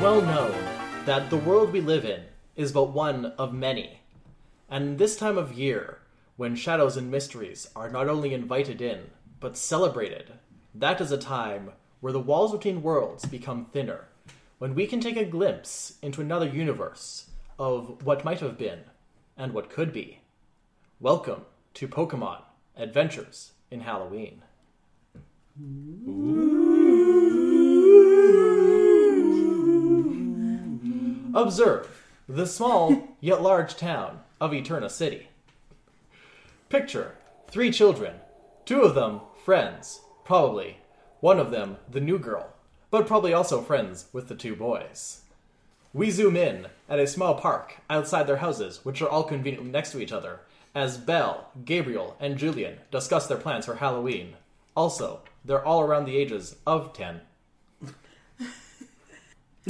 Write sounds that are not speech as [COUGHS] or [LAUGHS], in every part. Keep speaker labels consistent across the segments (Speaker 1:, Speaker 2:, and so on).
Speaker 1: well known that the world we live in is but one of many. And this time of year, when shadows and mysteries are not only invited in, but celebrated, that is a time where the walls between worlds become thinner, when we can take a glimpse into another universe of what might have been and what could be. Welcome to Pokemon Adventures in Halloween. Observe the small [LAUGHS] yet large town of Eterna City. Picture three children, two of them friends, probably, one of them the new girl, but probably also friends with the two boys. We zoom in at a small park outside their houses, which are all conveniently next to each other, as Belle, Gabriel, and Julian discuss their plans for Halloween. Also, they're all around the ages of 10.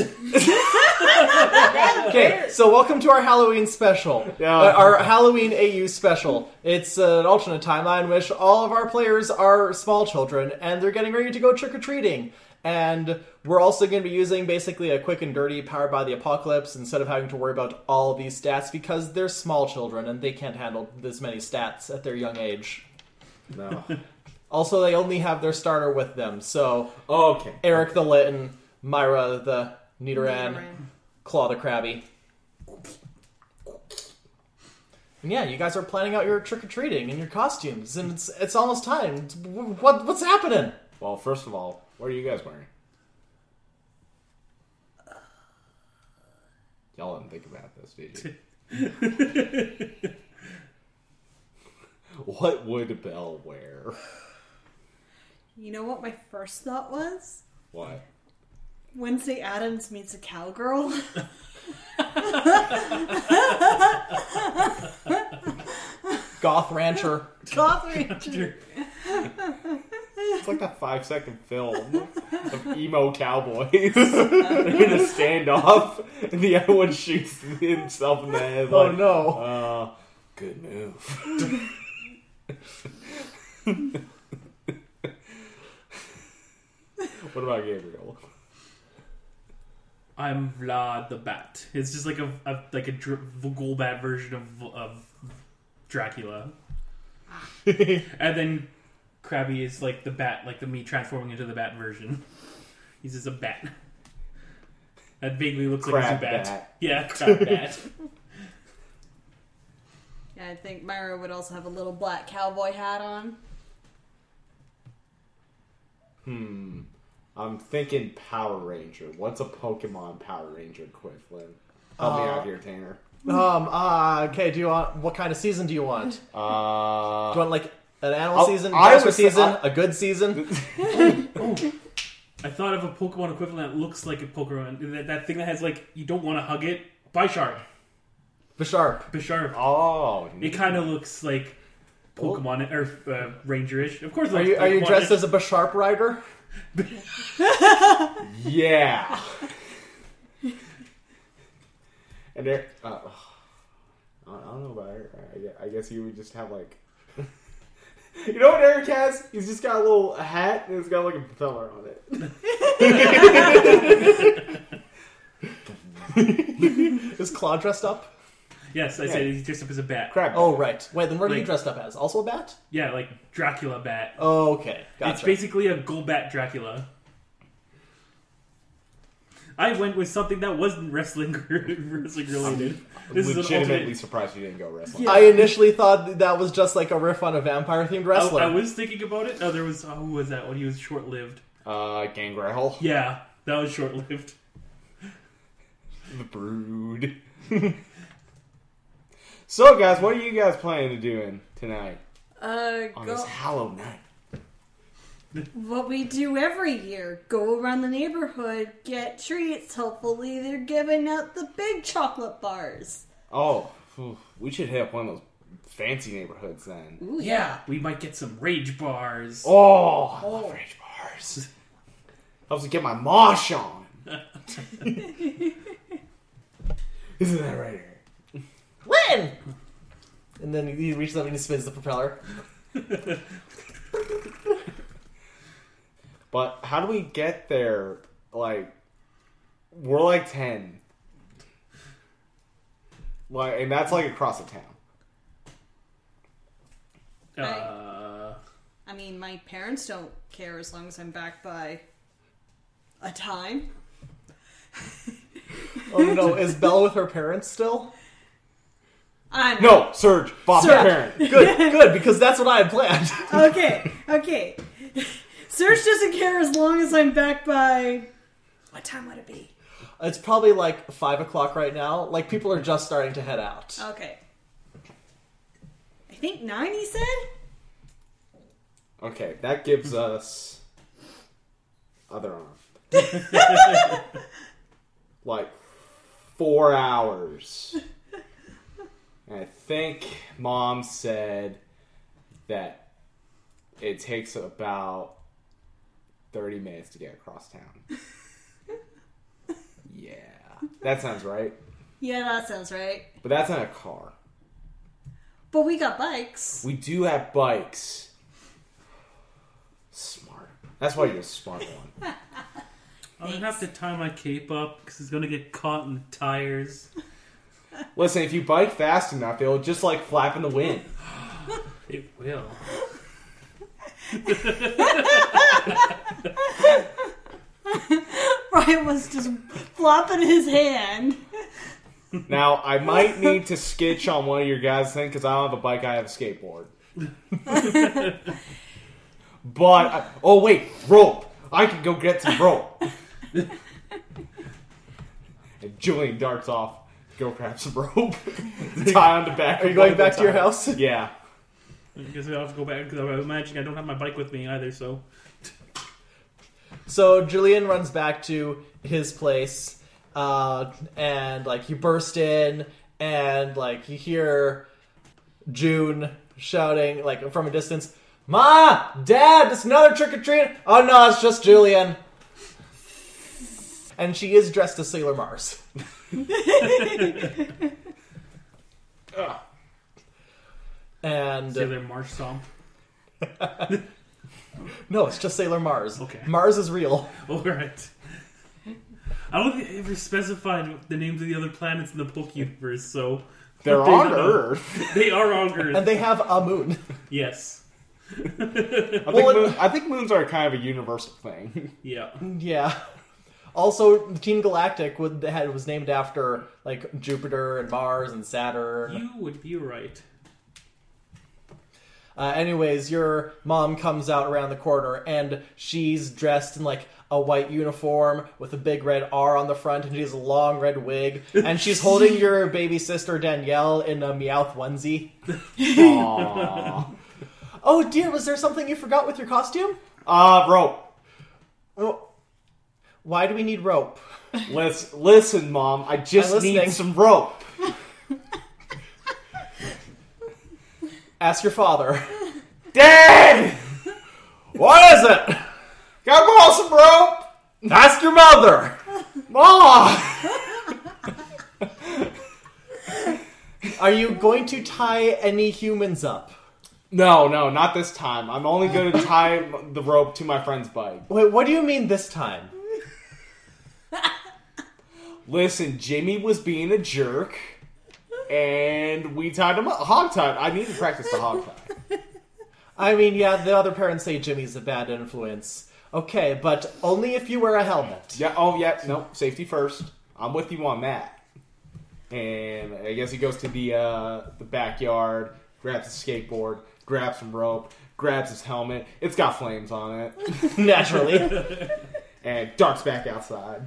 Speaker 1: okay, so welcome to our Halloween special.
Speaker 2: Yeah.
Speaker 1: Uh, our Halloween AU special. It's an alternate timeline in which all of our players are small children and they're getting ready to go trick or treating. And we're also going to be using basically a quick and dirty powered by the apocalypse instead of having to worry about all these stats because they're small children and they can't handle this many stats at their young age.
Speaker 2: No.
Speaker 1: Also, they only have their starter with them, so
Speaker 2: Oh, okay.
Speaker 1: Eric the Litton, Myra the Nidoran, Claw the Crabby. And yeah, you guys are planning out your trick or treating and your costumes, and it's it's almost time. It's- wh- What what's happening?
Speaker 2: Well, first of all, what are you guys wearing? Y'all didn't think about this, did you? what would Belle wear?
Speaker 3: You know what my first thought was?
Speaker 2: What?
Speaker 3: Wednesday Adams meets a cowgirl. [LAUGHS]
Speaker 1: Goth Rancher.
Speaker 3: Goth
Speaker 2: [LAUGHS]
Speaker 3: Ranger.
Speaker 2: It's like that five second film of emo cowboys [LAUGHS] in a standoff, and the other one shoots himself in the head.
Speaker 1: Oh
Speaker 2: Like,
Speaker 1: no.
Speaker 2: Uh, good move. what about Gabriel?
Speaker 4: I'm Vlad the Bat. It's just like a, a like a Dr- Golbat version of of
Speaker 1: [LAUGHS]
Speaker 4: Dracula. and then Krabby is like the bat, like the me transforming into the bat version. He's just a bat. That vaguely looks like
Speaker 2: Crab
Speaker 4: a bat.
Speaker 2: bat.
Speaker 4: [LAUGHS] Yeah, crab bat.
Speaker 3: Yeah, I think Myra would also have a little black cowboy hat on.
Speaker 2: I'm thinking Power Ranger. What's a Pokemon Power Ranger equivalent? Help me out here, Tanner.
Speaker 1: Um. Uh, okay. Do you want what kind of season do you want? Do
Speaker 2: Uh,
Speaker 1: you want like an animal
Speaker 2: I'll-
Speaker 1: season,
Speaker 2: I
Speaker 1: dinosaur
Speaker 2: was-
Speaker 1: season,
Speaker 2: I-
Speaker 1: a good season?
Speaker 4: I thought of a Pokemon equivalent that looks like a Pokemon. That, that thing that has like you don't want to hug it. Bisharp.
Speaker 1: Bisharp.
Speaker 4: Bisharp.
Speaker 2: oh,
Speaker 4: It kind of looks like Pokemon or uh, Rangerish. Of course, it
Speaker 1: Are
Speaker 4: looks
Speaker 1: you are you
Speaker 4: Pokemon-ish.
Speaker 1: dressed as a Bisharp rider?
Speaker 2: yeah. and there, uh, I don't- I don't know about Eric. I gue- I guess he would just have like, [LAUGHS] you know what Eric has? He's just got a little hat and it's got like a propeller on it.
Speaker 1: Is Claw dressed up?
Speaker 4: Yes, I said he's dressed up as a bat.
Speaker 2: Crap.
Speaker 1: Oh right. Wait. Then what are you
Speaker 4: Like-
Speaker 1: dressed up as? Also a bat?
Speaker 4: Yeah, like Dracula bat.
Speaker 1: Okay. Gotcha.
Speaker 4: it's basically a Golbat Dracula. I went with something that wasn't wrestling [LAUGHS] wrestling related. This is an
Speaker 2: legitimately
Speaker 4: alternate.
Speaker 2: surprised you didn't go wrestling.
Speaker 1: I initially thought that, that was just like a riff on a vampire themed
Speaker 4: I,
Speaker 1: wrestler.
Speaker 4: I was thinking about it. Oh, there was oh, who was that one? He was short lived.
Speaker 2: Uh, Gangrel,
Speaker 4: Yeah, that was short lived.
Speaker 2: the Brood. [LAUGHS] so, guys, what are you guys planning to doing tonight
Speaker 3: Uh,
Speaker 2: on
Speaker 3: go,
Speaker 2: this Hallow night?
Speaker 3: [LAUGHS] what we do every year go around the neighborhood, get treats. Hopefully, they're giving out the big chocolate bars.
Speaker 2: Oh, phew, we should hit up one of those fancy neighborhoods then.
Speaker 3: Ooh,
Speaker 4: we might get some rage bars.
Speaker 2: Oh, I love
Speaker 3: Oh.
Speaker 2: ranch bars. Helps me get my mosh on. Isn't that right, Eric?
Speaker 1: Lynn! And then he reaches up and he spins the propeller.
Speaker 2: But how do we get there? Like, We're like ten. Like, and that's like across the town.
Speaker 4: Uh,
Speaker 3: I mean, my parents don't care as long as I'm back by a time.
Speaker 1: Oh no, is Belle with her parents still?
Speaker 3: I'm
Speaker 2: No, Serge, foster
Speaker 1: Serge.
Speaker 2: parent.
Speaker 3: [LAUGHS]
Speaker 1: Good, good, because that's what I had planned. [LAUGHS]
Speaker 3: Okay, okay. Serge doesn't care as long as I'm back by. What time would it be?
Speaker 1: It's probably like five o'clock right now. Like people are just starting to head out.
Speaker 3: Okay. I think nine, he said?
Speaker 2: Okay, that gives us other arm. like four hours. And I think mom said that it takes about thirty minutes to get across town. yeah. That sounds right.
Speaker 3: Yeah, that sounds right.
Speaker 2: But that's not a car.
Speaker 3: But we got bikes. [LAUGHS]
Speaker 2: We do have bikes. Smart. That's why you're a smart one.
Speaker 4: I'm gonna have to tie my cape up because it's gonna get caught in the tires.
Speaker 2: Listen, if you bike fast enough, it'll just like flap in the wind.
Speaker 4: It will.
Speaker 3: Ryan was just flopping his hand.
Speaker 2: Now, I might need to skitch on one of your guys' thing because I don't have a bike. I have a skateboard. but I, oh wait, rope! I can go get some rope. [LAUGHS] and Julian darts off. Go grab some rope. [LAUGHS] tie on the back.
Speaker 1: Are you going back to your house?
Speaker 2: [LAUGHS] Yeah.
Speaker 4: I guess I'll have to go back because I imagine I don't have my bike with me either. So
Speaker 1: So Julian runs back to his place, uh, and like you burst in, and like you hear June shouting like from a distance, "Ma, Dad, it's another trick or treat!" Oh no, it's just Julian. And she is dressed as Sailor Mars. and
Speaker 4: Sailor Marsh Stomp.
Speaker 1: no, it's just Sailor Mars.
Speaker 4: Okay.
Speaker 1: Mars is real.
Speaker 4: [LAUGHS] All right. I don't think they ever specified the names of the other planets in the Poke universe, so
Speaker 2: They're
Speaker 4: They
Speaker 2: on
Speaker 1: [LAUGHS]
Speaker 4: know.
Speaker 2: Earth.
Speaker 4: they are on Earth.
Speaker 1: And they have a moon.
Speaker 4: yes.
Speaker 2: I think,
Speaker 1: Well,
Speaker 2: moon, I think moons are kind of a universal thing.
Speaker 1: [LAUGHS]
Speaker 4: Yeah.
Speaker 1: Yeah. [LAUGHS] Also, Team Galactic would, had, was named after like Jupiter and Mars and Saturn.
Speaker 4: You would be right.
Speaker 1: Uh, anyways, your mom comes out around the corner and she's dressed in like a white uniform with a big red R on the front, and she has a long red wig, and she's holding your baby sister Danielle in a meowth onesie.
Speaker 2: Aww.
Speaker 1: Oh dear, was there something you forgot with your costume?
Speaker 2: Uh, rope.
Speaker 1: Oh, why do we need rope?
Speaker 2: Let's listen, mom. I just
Speaker 1: I'm listening.
Speaker 2: need some rope.
Speaker 1: Ask your father. [LAUGHS]
Speaker 2: Dad,
Speaker 1: What is it?
Speaker 2: gotta borrow some rope.
Speaker 1: Ask your mother.
Speaker 2: Mom,
Speaker 1: Are you going to tie any humans up?
Speaker 2: no, no, not this time. I'm only gonna tie the rope to my friend's bike.
Speaker 1: Wait, what do you mean this time?
Speaker 2: Listen, Jimmy was being a jerk, and we tied him up. Hog tied. I need to practice the hog tie.
Speaker 1: I mean, yeah, the other parents say Jimmy's a bad influence. Okay, but only if you wear a helmet. [LAUGHS]
Speaker 2: Yeah. Oh, yeah. No, safety first. I'm with you on that. And I guess he goes to the uh, the backyard, grabs his skateboard, grabs some rope, grabs his helmet. It's got flames on it.
Speaker 1: Naturally. [LAUGHS]
Speaker 2: and darts back outside.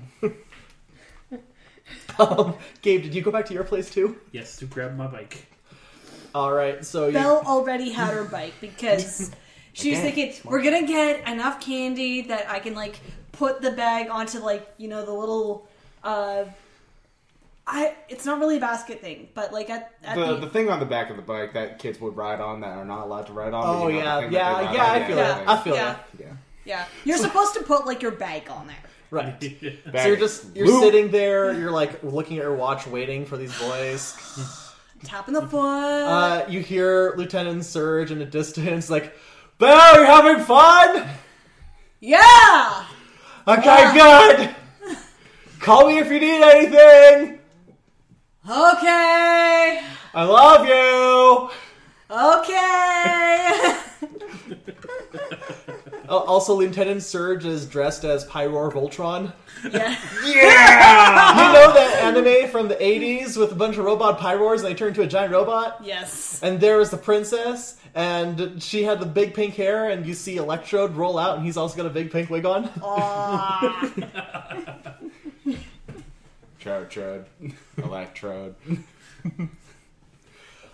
Speaker 1: um, Gabe, did you go back to your place too?
Speaker 4: Yes, to grab my bike. [LAUGHS]
Speaker 1: All right, so you,
Speaker 3: Belle already had her bike
Speaker 2: [LAUGHS]
Speaker 3: because she was
Speaker 2: Again,
Speaker 3: thinking, we're gonna get enough candy that I can like put the bag onto like you know the little. uh I it's not really a basket thing, but like at, at
Speaker 2: The, the thing on the back of the bike that kids would ride on that are not allowed to ride on.
Speaker 1: oh
Speaker 2: but you
Speaker 1: yeah,
Speaker 2: know, the thing that
Speaker 1: yeah,
Speaker 2: they
Speaker 1: yeah,
Speaker 2: ride
Speaker 1: I feel
Speaker 2: on,
Speaker 3: yeah,
Speaker 1: it.
Speaker 3: yeah.
Speaker 1: I feel
Speaker 3: Yeah.
Speaker 1: it.
Speaker 2: yeah.
Speaker 3: yeah, you're supposed to put like your bag on there.
Speaker 1: Right.
Speaker 2: Back-
Speaker 1: So you're just you're
Speaker 2: Luke,
Speaker 1: sitting there, you're like looking at your watch, waiting for these boys.
Speaker 3: Tapping the foot.
Speaker 1: Uh, you hear Lieutenant Surge in the distance, like, "Belle, are you having fun?"
Speaker 3: yeah.
Speaker 1: Okay, good. Call me if you need anything.
Speaker 3: Okay.
Speaker 1: I love you.
Speaker 3: Okay.
Speaker 1: Uh, also, Lieutenant Surge is dressed as Pyroar Voltron.
Speaker 3: yeah.
Speaker 1: You know that anime from the 80s with a bunch of robot Pyroars and they turn into a giant robot?
Speaker 3: [LAUGHS] Yes.
Speaker 1: And there is the princess, and she had the big pink hair, and you see Electrode roll out, and he's also got a big pink wig on. [LAUGHS]
Speaker 3: [LAUGHS] Aw.
Speaker 2: [LAUGHS] Trode, Electrode.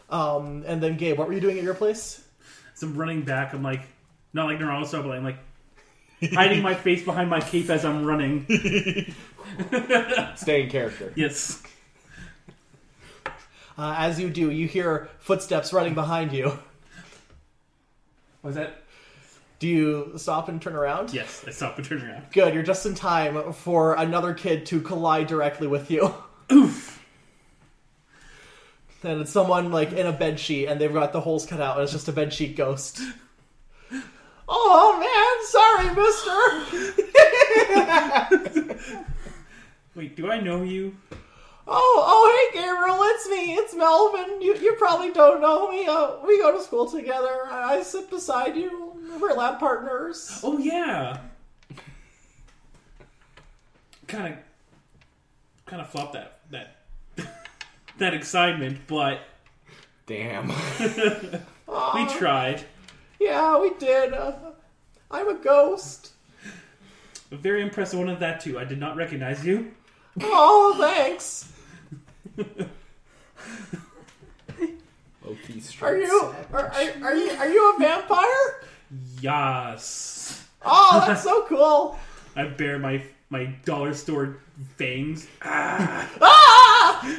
Speaker 1: Um, and then, Gabe, what were you doing at your place?
Speaker 4: So I'm running back. I'm like, not like Naruto style, but I'm like hiding my face behind my cape as I'm running.
Speaker 2: Stay in character.
Speaker 4: Yes.
Speaker 1: Uh, as you do, you hear footsteps running behind you.
Speaker 4: Was that?
Speaker 1: Do you stop and turn around?
Speaker 4: Yes. I stopped and turned around.
Speaker 1: Good, you're just in time for another kid to collide directly with you. Oof. And it's someone like in a bed sheet, and they've got the holes cut out, and it's just a bed sheet ghost. Oh man, sorry, Mister.
Speaker 4: Wait, do I know you?
Speaker 1: oh, oh, hey, Gabriel, it's me, it's Melvin. You, you probably don't know me. Uh, we go to school together. I, I sit beside you. We're lab partners.
Speaker 4: Oh yeah. Kind of, kind of flopped that that [LAUGHS] that excitement, but
Speaker 2: [LAUGHS] Damn.
Speaker 4: we
Speaker 1: Aw,
Speaker 4: tried.
Speaker 1: Yeah, we did. Uh, I'm a ghost.
Speaker 4: Very impressive one of that too. I did not recognize you.
Speaker 1: Oh, thanks.
Speaker 2: Loki
Speaker 1: Are you are, are, are you are [LAUGHS] you a vampire?
Speaker 4: Yes.
Speaker 1: Oh, that's [LAUGHS] so cool!
Speaker 4: I bear my my dollar store fangs. [LAUGHS]
Speaker 1: Ah!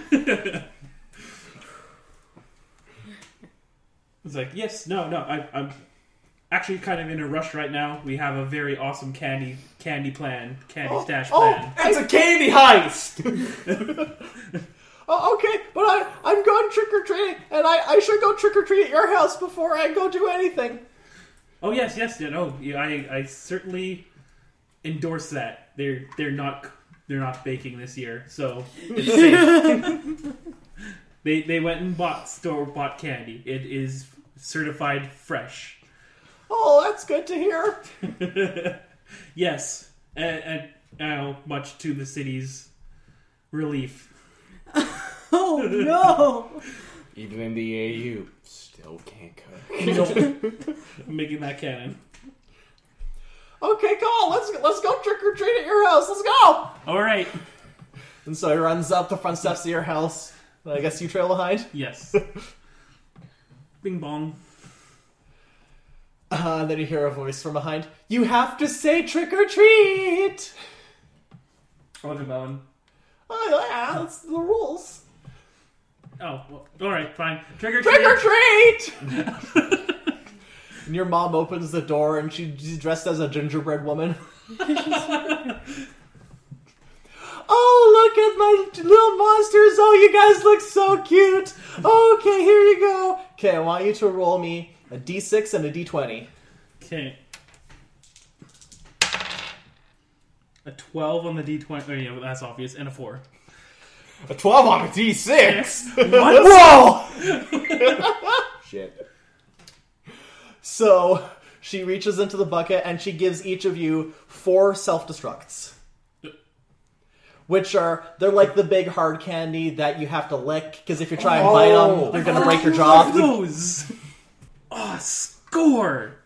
Speaker 4: It's like yes, no, no. I, I'm actually kind of in a rush right now. We have a very awesome candy candy plan, candy stash
Speaker 1: Oh,
Speaker 4: plan.
Speaker 2: It's a candy heist!
Speaker 1: oh, okay, but I I'm going trick or treating, and I I should go trick or treat at your house before I go do anything.
Speaker 4: Oh yes, yes, yeah, no, yeah, I, I certainly endorse that. They're they're not they're not baking this year, so it's safe. they they went and bought store bought candy. It is certified fresh. [LAUGHS]
Speaker 1: Oh, that's good to hear.
Speaker 4: Yes, and, and now much to the city's relief.
Speaker 3: Oh no.
Speaker 2: Even in the AU, still can't cook.
Speaker 4: Nope. making that canon.
Speaker 1: Okay, come on, let's let's go trick or treat at your house. Let's go.
Speaker 4: All right.
Speaker 1: And so he runs up the front steps of your house. and I guess you trail behind.
Speaker 4: Yes. Bing bong.
Speaker 1: Uh, and then you hear a voice from behind. You have to say trick or treat.
Speaker 4: I love you, Melon.
Speaker 1: Oh yeah, that's the rules.
Speaker 4: Oh, well, all right, fine. Trigger,
Speaker 1: Trick or treat! and your mom opens the door and she, she's dressed as a gingerbread woman. oh, look at my little monsters! Oh, you guys look so cute! Okay, here you go! Okay, I want you to roll me a d6 and a d20.
Speaker 4: [LAUGHS] Okay. A 12 on the d20. Oh, yeah, that's obvious. And a 4.
Speaker 2: A 12 on a D6!
Speaker 4: [LAUGHS] What?
Speaker 1: Whoa!
Speaker 2: Shit.
Speaker 1: So she reaches into the bucket and she gives each of you four self destructs. Which are, they're like the big hard candy that you have to lick, because if you try and bite
Speaker 2: Oh.
Speaker 1: them, [LAUGHS] you're gonna break your
Speaker 4: I [LAUGHS] love
Speaker 1: jaw.
Speaker 4: those! Oh,
Speaker 1: [LAUGHS]
Speaker 4: score!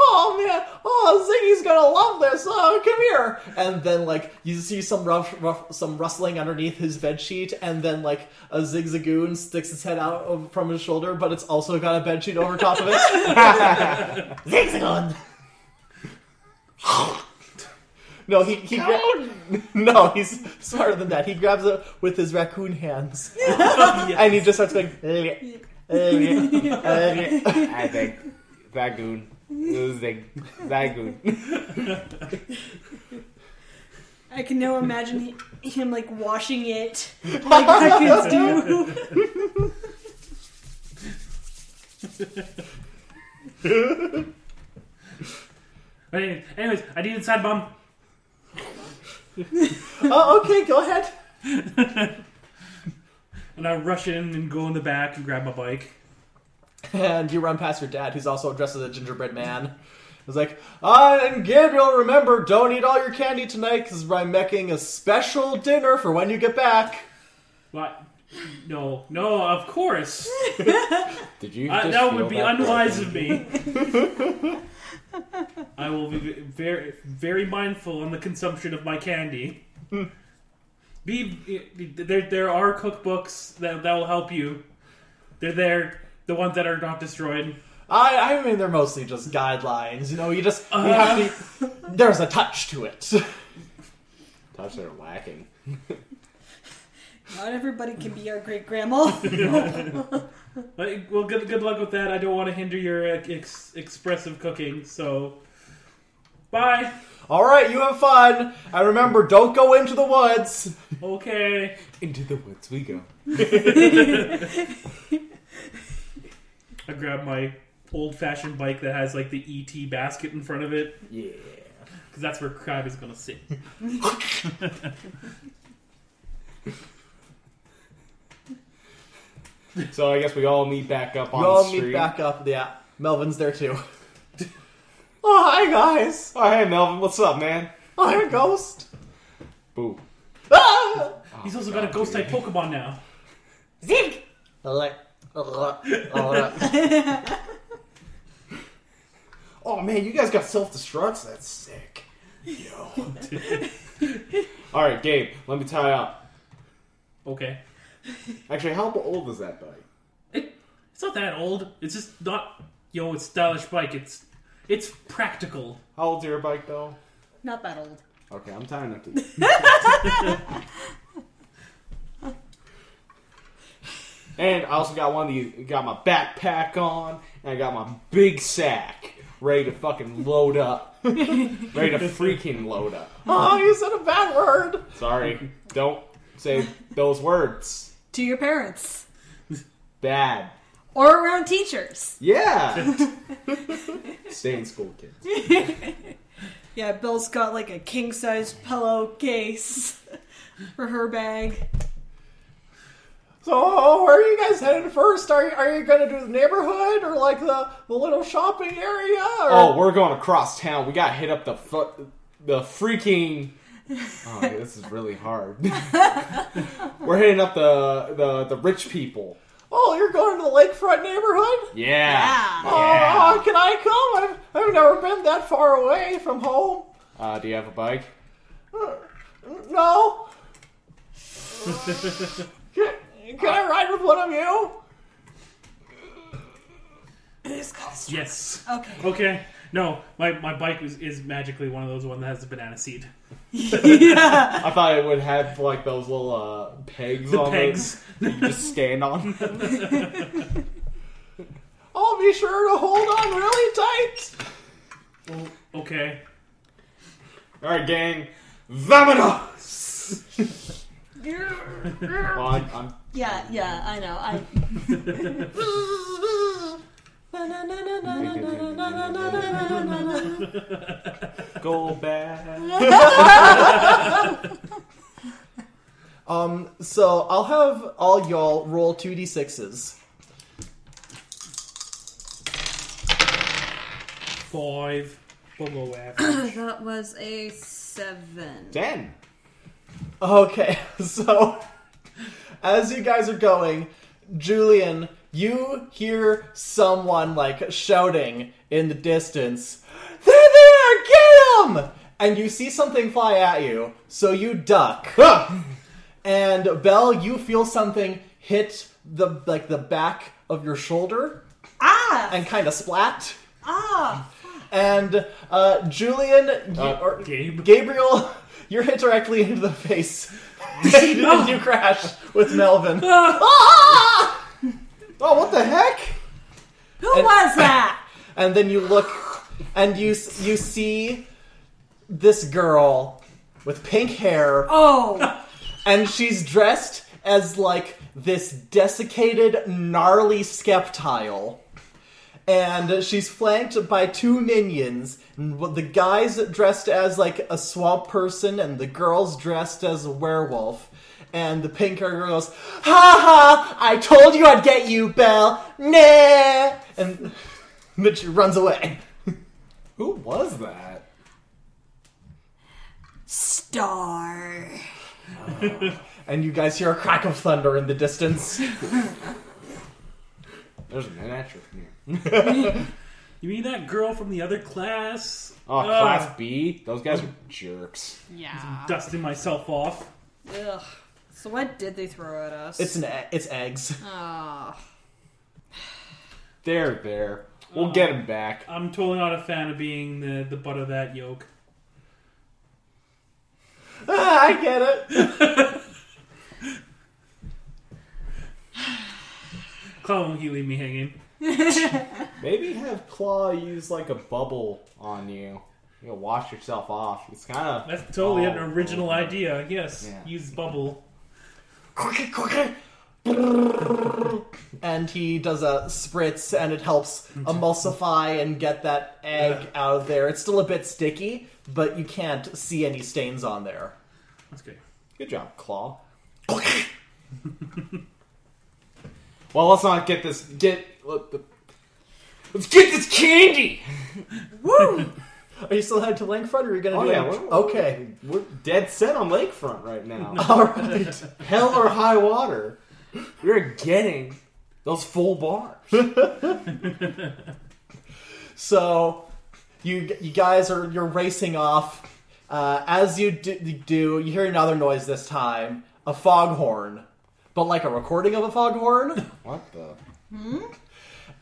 Speaker 1: Oh man, oh Ziggy's gonna love this, oh come here! And then like, you see some rough, rough, some rustling underneath his bed sheet, and then like, a Zigzagoon sticks his head out of- from his shoulder, but it's also got a bed sheet over top of it. [LAUGHS] Zigzagoon! No, he, he gra- no, he's smarter than that. He grabs it with his raccoon hands,
Speaker 4: Oh,
Speaker 1: and he just starts going. [LAUGHS] "Ugh, ugh, Uh, ugh."
Speaker 2: I think. Zagoon. Zig. Zagoon.
Speaker 3: I can now imagine he- him like washing it like raccoons do.
Speaker 4: Anyways, anyways, I need inside bomb.
Speaker 1: oh, okay, go ahead.
Speaker 4: And I rush in and go in the back and grab my bike.
Speaker 1: And you run past your dad, who's also dressed as a gingerbread man. It's like, ah, and Gabriel, remember, don't eat all your candy tonight because I'm making a special dinner for when you get back.
Speaker 4: What? No, no, of course.
Speaker 2: Did you?
Speaker 4: I,
Speaker 2: just
Speaker 4: that
Speaker 2: feel
Speaker 4: would be
Speaker 2: that
Speaker 4: unwise
Speaker 2: breath?
Speaker 4: of me.
Speaker 2: [LAUGHS]
Speaker 4: I will be very, very mindful on the consumption of my candy. Be there. There are cookbooks that that will help you. They're there. The ones that are not destroyed.
Speaker 1: I, I mean, they're mostly just guidelines. You know, you just you have to. There's a touch to it. [LAUGHS]
Speaker 2: Touch that are lacking.
Speaker 3: Not everybody can be our great grandma. [LAUGHS]
Speaker 4: But, well, good good luck with that. I don't want to hinder your uh, ex- expressive cooking. So, bye.
Speaker 1: All right, you have fun. And remember, don't go into the woods.
Speaker 4: Okay.
Speaker 2: Into the woods we go.
Speaker 4: I grab my old-fashioned bike that has like the ET basket in front of it.
Speaker 2: Yeah. Oh,
Speaker 4: Because that's where Crab is going to sit.
Speaker 2: So I guess we all meet back up on
Speaker 1: You all
Speaker 2: the street.
Speaker 1: meet back up. Yeah, Melvin's there too. [LAUGHS] oh, hi guys.
Speaker 2: Oh, hey, Melvin, what's up, man?
Speaker 1: Oh, hi, ghost. [LAUGHS]
Speaker 2: Boo.
Speaker 1: Ah!
Speaker 4: He's also got a ghost type Pokemon now.
Speaker 3: Zig!
Speaker 1: Like, [LAUGHS] oh
Speaker 2: Oh man, you guys got self destructs. That's sick. Yo. all right, Gabe. Let me tie up.
Speaker 4: Okay.
Speaker 2: Actually, how old is that bike?
Speaker 4: It, it's not that old. It's just not, yo, it's stylish bike. It's it's practical.
Speaker 2: How old's your bike though?
Speaker 3: Not that old.
Speaker 2: Okay, I'm tying up to. and I also got one of these. Got my backpack on, and I got my big sack ready to fucking load up. ready to freaking load up.
Speaker 1: Oh, you said a bad word.
Speaker 2: Sorry, don't say those words.
Speaker 3: To your parents.
Speaker 2: Bad.
Speaker 3: Or around teachers.
Speaker 2: Yeah. [LAUGHS] Stay in school, kids.
Speaker 3: Yeah, Bill's got like a king size pillowcase [LAUGHS] for her bag.
Speaker 1: So, where are you guys headed first? Are you, are you going to do the neighborhood or like the, the little shopping area? Or...
Speaker 2: Oh, we're going across town. We got hit up the fu- the freaking. Oh, this is really hard. [LAUGHS] we're hitting up the, the the rich people.
Speaker 1: oh, you're going to the lakefront neighborhood?
Speaker 2: Yeah.
Speaker 3: Yeah.
Speaker 1: Oh, can I come? I've, I've never been that far away from home.
Speaker 2: Uh, do you have a bike? [LAUGHS]
Speaker 1: No. can, can I ride with one of you?
Speaker 3: Who's got this?
Speaker 4: Yes.
Speaker 3: Okay. [LAUGHS]
Speaker 4: Okay. No, my, my bike is, is magically one of those one that has the banana seed.
Speaker 3: yeah.
Speaker 2: I thought it would have like those little uh, pegs
Speaker 4: The
Speaker 2: on
Speaker 4: pegs.
Speaker 2: it that [LAUGHS] you just stand on. [LAUGHS]
Speaker 1: I'll be sure to hold on really tight.
Speaker 4: Oh, [LAUGHS] okay.
Speaker 2: All right, gang. Vamanos.
Speaker 3: Yeah,
Speaker 2: Oh, I'm, I'm
Speaker 3: yeah, I know. I.
Speaker 2: go back.
Speaker 1: Um, so I'll have all y'all roll 2d6s.
Speaker 4: Five. Below
Speaker 2: [COUGHS]
Speaker 3: [LAUGHS]
Speaker 4: average.
Speaker 3: that was a seven.
Speaker 2: Ten.
Speaker 1: Okay, [LAUGHS] so as you guys are going, Julian, you hear someone like shouting in the distance, They're there! Get 'em!" And you see something fly at you, so you duck.
Speaker 2: Ah!
Speaker 1: And Belle, you feel something hit the like the back of your shoulder
Speaker 3: Ah!
Speaker 1: and kind of splat.
Speaker 3: Ah!
Speaker 1: And uh, Julian, you,
Speaker 2: Uh,
Speaker 1: or
Speaker 4: Gabe.
Speaker 1: Gabriel, [LAUGHS] you're hit directly into the face. [LAUGHS] and you crash with Melvin. Ah!
Speaker 2: Oh, what the heck?
Speaker 3: Who was that?
Speaker 1: And then you look, and you s- you see this girl with pink hair,
Speaker 3: Oh!
Speaker 1: and she's dressed as like this desiccated, gnarly skeptile. and she's flanked by two minions. And The guy's dressed as like a swamp person, and the girl's dressed as a werewolf. And the pink hair girl goes, "Ha ha! I told you I'd get you, Belle. Nah!" And then she runs away. [LAUGHS]
Speaker 2: Who was that?
Speaker 3: Star.
Speaker 1: And you guys hear a crack of thunder in the distance.
Speaker 2: There's an actress in here.
Speaker 4: You mean that girl from the other class? Ah.
Speaker 2: Oh,
Speaker 4: Ugh,
Speaker 2: Class B? Those guys are jerks.
Speaker 5: Yeah.
Speaker 4: Dusting myself off.
Speaker 3: Ugh. So what did they throw at us?
Speaker 1: It's an e- it's eggs. [LAUGHS]
Speaker 3: Ah.
Speaker 2: They're there. We'll get them back.
Speaker 4: I'm totally not a fan of being the, the butt of that yoke.
Speaker 1: Ah, I get it.
Speaker 4: Clown won't he leave me hanging.
Speaker 2: Maybe have Claw use like a bubble on you. You know, wash yourself off. It's kind of
Speaker 4: That's totally an
Speaker 2: Oh.
Speaker 4: original idea. Yes,
Speaker 2: Yeah.
Speaker 4: use bubble.
Speaker 1: And he does a spritz, and it helps emulsify and get that egg out of there. It's still a bit sticky, but you can't see any stains on [LAUGHS] there.
Speaker 4: That's good.
Speaker 2: good job, Claw. Well, let's not get this get let the, let's get this candy.
Speaker 3: Woo!
Speaker 1: Are you still headed to Langford, or are you gonna
Speaker 2: Oh,
Speaker 1: do
Speaker 2: yeah,
Speaker 1: it?
Speaker 2: we're-
Speaker 1: Okay.
Speaker 2: We're dead set on Lakefront right
Speaker 4: [LAUGHS]
Speaker 2: now.
Speaker 1: [LAUGHS] All right.
Speaker 2: Hell or high water, we're getting those full bars.
Speaker 1: So you you guys are you're racing off. Uh, as you do, you do, you hear another noise this time, a foghorn, but like a recording of a foghorn.
Speaker 2: What the?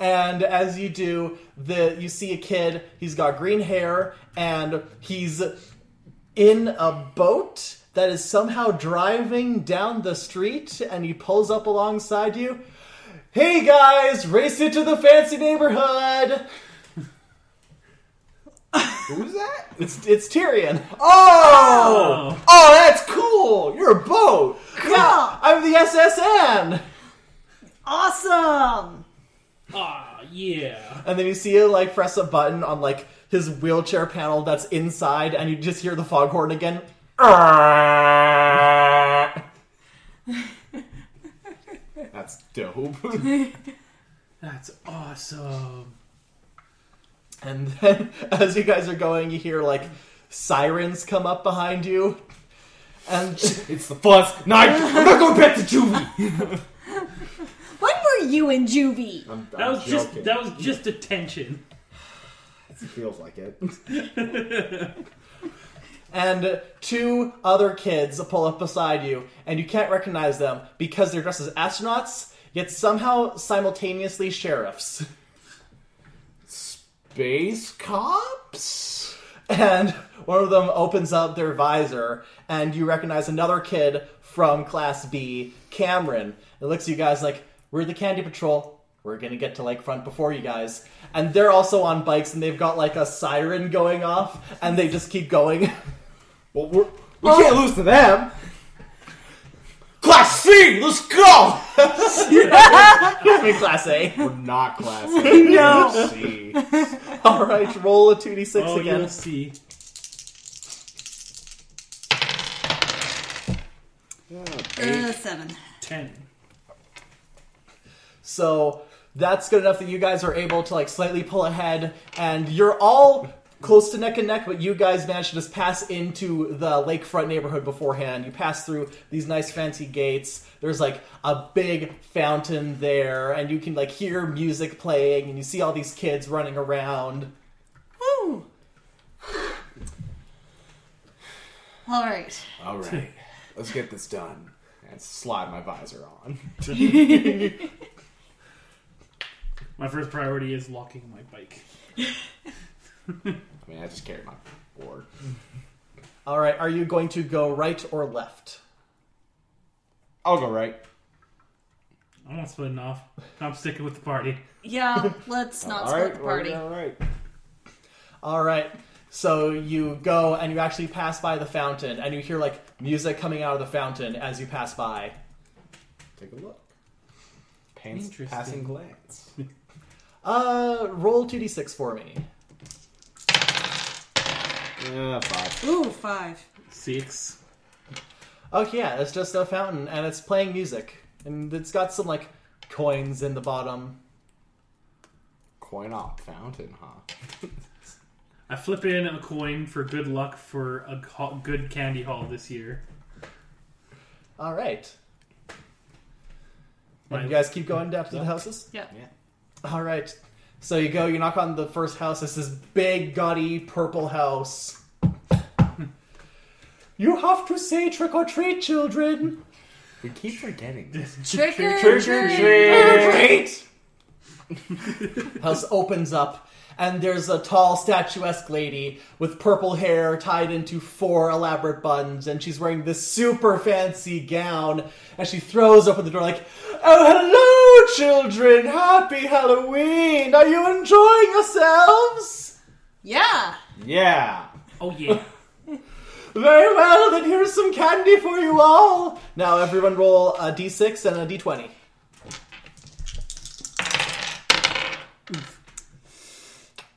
Speaker 1: And as you do, the you see a kid. He's got green hair, and he's in a boat that is somehow driving down the street. And he pulls up alongside you. Hey guys, race into the fancy neighborhood.
Speaker 2: Who's that?
Speaker 1: It's it's Tyrion.
Speaker 2: Oh! oh, that's cool. You're a boat.
Speaker 1: Yeah, I'm the SSN.
Speaker 3: awesome!
Speaker 4: Ah, yeah.
Speaker 1: And then you see him like press a button on like his wheelchair panel that's inside, and you just hear the foghorn again. [LAUGHS]
Speaker 2: That's dope. [LAUGHS]
Speaker 4: That's awesome.
Speaker 1: And then, [LAUGHS] as you guys are going, you hear like sirens come up behind you, and [LAUGHS]
Speaker 2: it's the fuss. No, I, am not going back to juvie.
Speaker 3: When were you in juvie?
Speaker 2: I'm,
Speaker 4: That was just that was just attention.
Speaker 2: feels like it.
Speaker 1: and two other kids pull up beside you, and you can't recognize them because they're dressed as astronauts, yet somehow simultaneously sheriffs. [LAUGHS]
Speaker 2: Space cops.
Speaker 1: And one of them opens up their visor, and you recognize another kid from Class B, Cameron. It looks at you guys like, We're the Candy Patrol. We're gonna get to Lakefront before you guys. And they're also on bikes, and they've got like a siren going off, and they just keep going. [LAUGHS]
Speaker 2: Well, we're, we
Speaker 3: Oh.
Speaker 2: can't lose to them. Class C, let's go.
Speaker 1: I mean, Class A.
Speaker 2: [LAUGHS] We're not class
Speaker 3: [LAUGHS]
Speaker 2: C. no. C.
Speaker 1: Alright, roll a 2d6
Speaker 4: Oh,
Speaker 1: again.
Speaker 4: you'll see.
Speaker 3: Uh, seven.
Speaker 4: Ten.
Speaker 1: So that's good enough that you guys are able to like slightly pull ahead, and you're all close to neck and neck. But you guys managed to just pass into the lakefront neighborhood beforehand. You pass through these nice fancy gates. There's like a big fountain there, and you can like hear music playing, and you see all these kids running around.
Speaker 3: Woo! Alright.
Speaker 2: All right, let's get this done. And slide my visor on.
Speaker 4: My first priority is locking my bike.
Speaker 2: I mean, I just carried my board.
Speaker 1: All right, are you going to go right or left?
Speaker 2: I'll go right.
Speaker 4: I'm not splitting off. I'm sticking with the party.
Speaker 3: [LAUGHS] Yeah, let's not
Speaker 2: all
Speaker 3: split
Speaker 2: right,
Speaker 3: the party.
Speaker 2: All right.
Speaker 1: All right. So you go and you actually pass by the fountain, and you hear like music coming out of the fountain as you pass by.
Speaker 2: Take a look. Pants
Speaker 4: Interesting.
Speaker 2: passing glance.
Speaker 1: Uh, roll 2d6 for me.
Speaker 2: Yeah, five.
Speaker 3: Ooh, five.
Speaker 4: Six.
Speaker 1: Okay, Oh, yeah, it's just a fountain, and it's playing music, and it's got some like coins in the bottom.
Speaker 2: Coin op fountain, huh?
Speaker 4: I flip in a coin for good luck for a ho- good candy haul this year.
Speaker 1: All right, and
Speaker 4: My-
Speaker 1: you guys keep going down to the houses.
Speaker 3: Yeah.
Speaker 2: yeah.
Speaker 1: All right, so you go, you knock on the first house. It's this big, gaudy purple house. you have to say trick or treat, children.
Speaker 2: We keep forgetting this.
Speaker 3: Trick or treat.
Speaker 1: Great. [LAUGHS] House opens up, and there's a tall, statuesque lady with purple hair tied into four elaborate buns, and she's wearing this super fancy gown. And she throws open the door like, "Oh, hello, children! Happy Halloween! Are you enjoying yourselves?"
Speaker 3: Yeah.
Speaker 2: Yeah.
Speaker 4: Oh yeah.
Speaker 1: Very well, then here's some candy for you all. Now, everyone, roll a d6 and a d20.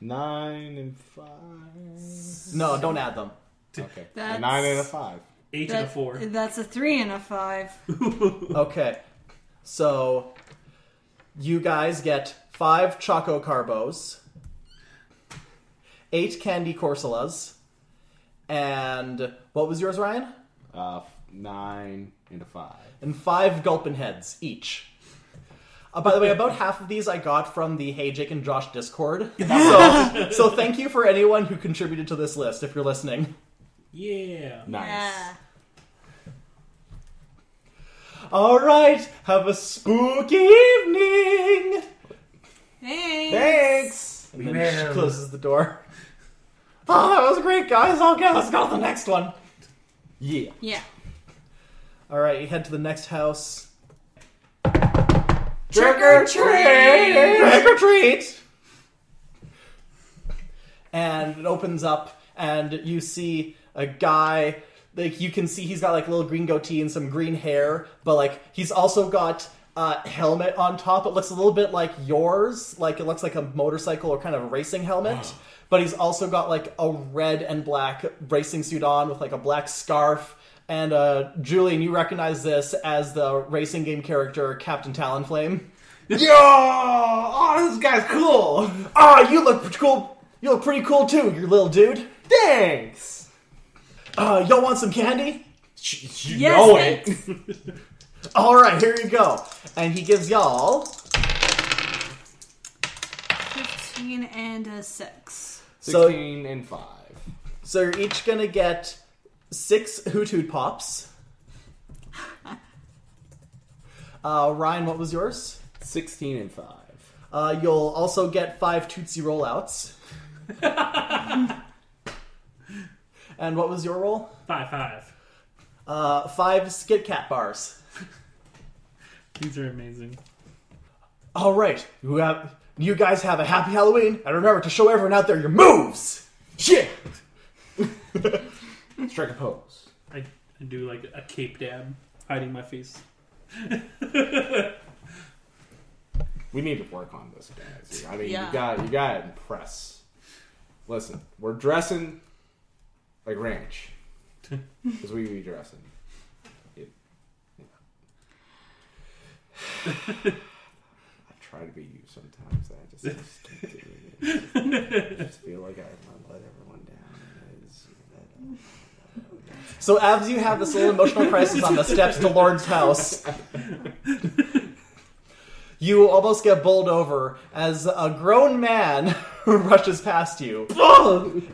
Speaker 2: Nine and five.
Speaker 1: No, don't add them.
Speaker 2: Okay.
Speaker 3: That's-
Speaker 2: A nine and a five.
Speaker 4: Eight and a
Speaker 3: That-
Speaker 4: four.
Speaker 3: That's a three and a five.
Speaker 1: Okay. So you guys get five Choco Carbos, eight Candy Corsolas, and what was yours, Ryan?
Speaker 2: Uh, f- nine and a five.
Speaker 1: And five Gulpin Heads each. Uh, by the way, about half of these I got from the Hey Jake and Josh Discord. So, so thank you for anyone who contributed to this list if you're listening.
Speaker 4: Yeah.
Speaker 2: Nice.
Speaker 3: Yeah.
Speaker 1: All right, have a spooky evening!
Speaker 3: Thanks.
Speaker 2: Thanks.
Speaker 1: And then she
Speaker 4: Meow.
Speaker 1: closes the door. [LAUGHS] Oh, that was great, guys. Okay, let's go to the next one.
Speaker 2: Yeah.
Speaker 3: Yeah.
Speaker 1: All right, you head to the next house.
Speaker 3: Trick or treat.
Speaker 1: Trick or treat! And it opens up, and you see a guy. Like you can see, he's got like little green goatee and some green hair, but like he's also got uh, helmet on top. It looks a little bit like yours, like it looks like a motorcycle or kind of a racing helmet. But he's also got like a red and black racing suit on with like a black scarf. And uh, Julian, you recognize this as the racing game character Captain Talonflame.
Speaker 2: Yo! Oh, this guy's cool.
Speaker 1: Ah, you look pretty cool. You look pretty cool too, you little dude.
Speaker 2: Thanks.
Speaker 1: Uh, y'all want some candy?
Speaker 2: Sh- You
Speaker 3: Yes,
Speaker 2: know it.
Speaker 3: [LAUGHS]
Speaker 1: All right, here you go. And he gives y'all.
Speaker 3: Fifteen and a six.
Speaker 1: So,
Speaker 2: Sixteen and five.
Speaker 1: so you're each gonna get six Hoot Hoot Pops. Uh, Ryan, what was yours?
Speaker 2: Sixteen and five.
Speaker 1: Uh, you'll also get five Tootsie Rollouts. and what was your roll?
Speaker 4: Five five.
Speaker 1: Uh, five Skit Kat bars.
Speaker 4: These are amazing.
Speaker 1: All right, you have you guys have a happy Halloween, and remember to show everyone out there your moves.
Speaker 2: Shit. Strike a pose.
Speaker 4: I, I do like a cape dab, hiding my face.
Speaker 2: We need to work on this, guys. I mean,
Speaker 3: Yeah.
Speaker 2: you got you got to impress. Listen, we're dressing like ranch because we be dressing. It- yeah. I try to be you sometimes. I just, I just can't do it. I just feel like I let everyone down. It's- uh,
Speaker 1: So as you have this little emotional crisis on the steps to Lord's house, you almost get bowled over as a grown man [LAUGHS] rushes past you in,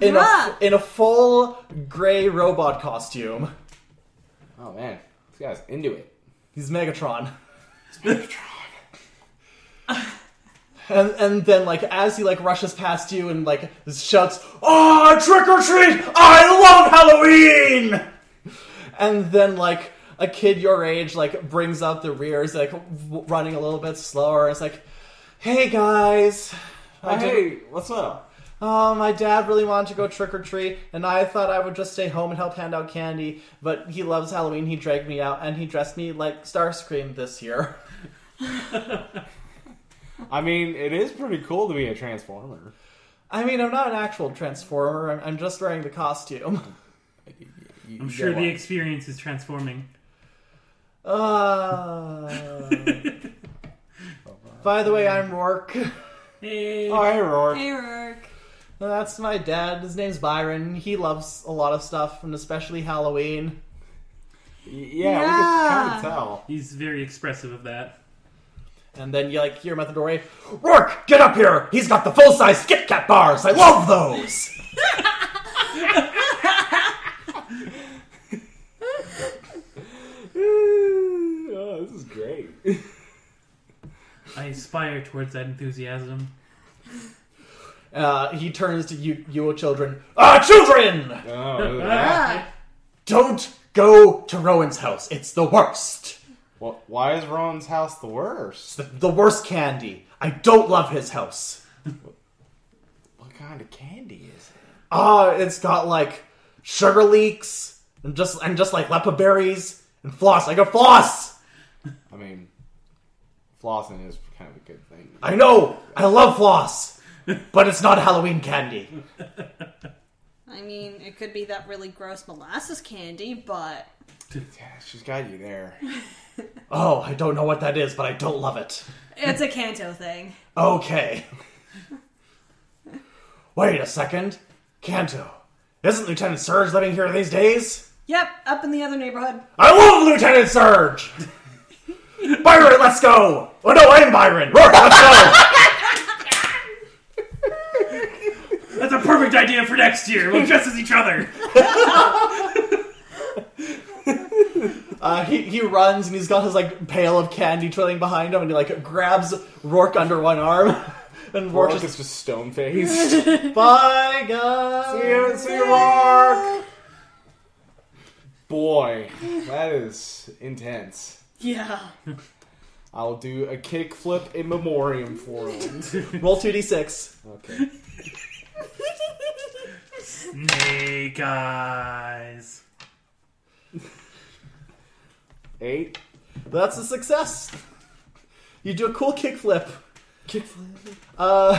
Speaker 1: in, a, in a full gray robot costume.
Speaker 2: Oh man, this guy's into it.
Speaker 1: He's Megatron. [LAUGHS] And, and then like as he like rushes past you and like shouts, "Ah, trick or treat! I love Halloween!" And then like a kid your age like brings up the rears like w- running a little bit slower. It's like, "Hey guys, I did-
Speaker 2: hey, what's up?
Speaker 1: Oh, my dad really wanted to go trick or treat, and I thought I would just stay home and help hand out candy. But he loves Halloween. He [LAUGHS] dragged me out, and he dressed me like Starscream this year.
Speaker 2: I mean, it is pretty cool to be a transformer.
Speaker 1: I mean, I'm not an actual transformer. I'm, I'm just wearing the costume. [LAUGHS]
Speaker 2: You-
Speaker 4: I'm
Speaker 2: you
Speaker 4: sure
Speaker 2: get
Speaker 4: the
Speaker 2: one.
Speaker 4: experience is transforming.
Speaker 1: Uh, by the way, I'm Rourke. [LAUGHS]
Speaker 4: Hey.
Speaker 2: Oh, hey, Rourke.
Speaker 3: Hey, Rourke.
Speaker 1: That's my dad. His name's Byron. He loves a lot of stuff, and especially Halloween.
Speaker 2: Y- Yeah, we can kind
Speaker 3: Yeah.
Speaker 2: of tell.
Speaker 4: He's very expressive of that.
Speaker 1: And then you like hear him at the doorway. Rourke, get up here! He's got the full size Kit Kat bars. I love those.
Speaker 2: oh, this is great.
Speaker 4: I aspire towards that enthusiasm.
Speaker 1: Uh, he turns to you, you children. Ah, children!
Speaker 2: Oh, look at that. [LAUGHS]
Speaker 3: Ah,
Speaker 1: Don't go to Rowan's house. It's the worst.
Speaker 2: Well, why is Ron's house the worst?
Speaker 1: The, the worst candy. I don't love his house.
Speaker 2: What kind of candy is it?
Speaker 1: Ah, it's got like sugar leeks and just and just like lepa berries and floss. I go floss.
Speaker 2: I mean, flossing is kind of a good thing.
Speaker 1: I know. I love floss, but it's not Halloween candy.
Speaker 3: I mean, it could be that really gross molasses candy, but
Speaker 2: Yeah, she's got you there.
Speaker 1: Oh, I don't know what that is, but I don't love it.
Speaker 3: it's a Kanto thing.
Speaker 1: Okay. Wait a second, Kanto. Isn't Lieutenant Surge living here these days?
Speaker 3: Yep, up in the other neighborhood.
Speaker 1: I love Lieutenant Surge. Byron, let's go. Oh no, I'm Byron. Rourke, let's go.
Speaker 4: That's a perfect idea for next year. We'll dress as each [LAUGHS] other.
Speaker 1: Uh, he, he runs and he's got his like pail of candy trailing behind him and he like grabs Rourke under one arm [LAUGHS] and Rourke
Speaker 2: Rourke
Speaker 1: just
Speaker 2: is just stone [LAUGHS] faced. see
Speaker 1: bye guys
Speaker 2: you, see you, Rourke. Boy, that is intense.
Speaker 3: [LAUGHS] Yeah.
Speaker 2: I'll do a kickflip in memoriam for [LAUGHS] him.
Speaker 1: roll two d six
Speaker 2: Okay.
Speaker 4: Snake eyes.
Speaker 2: Eight.
Speaker 1: that's a success you do a cool kickflip kickflip uh,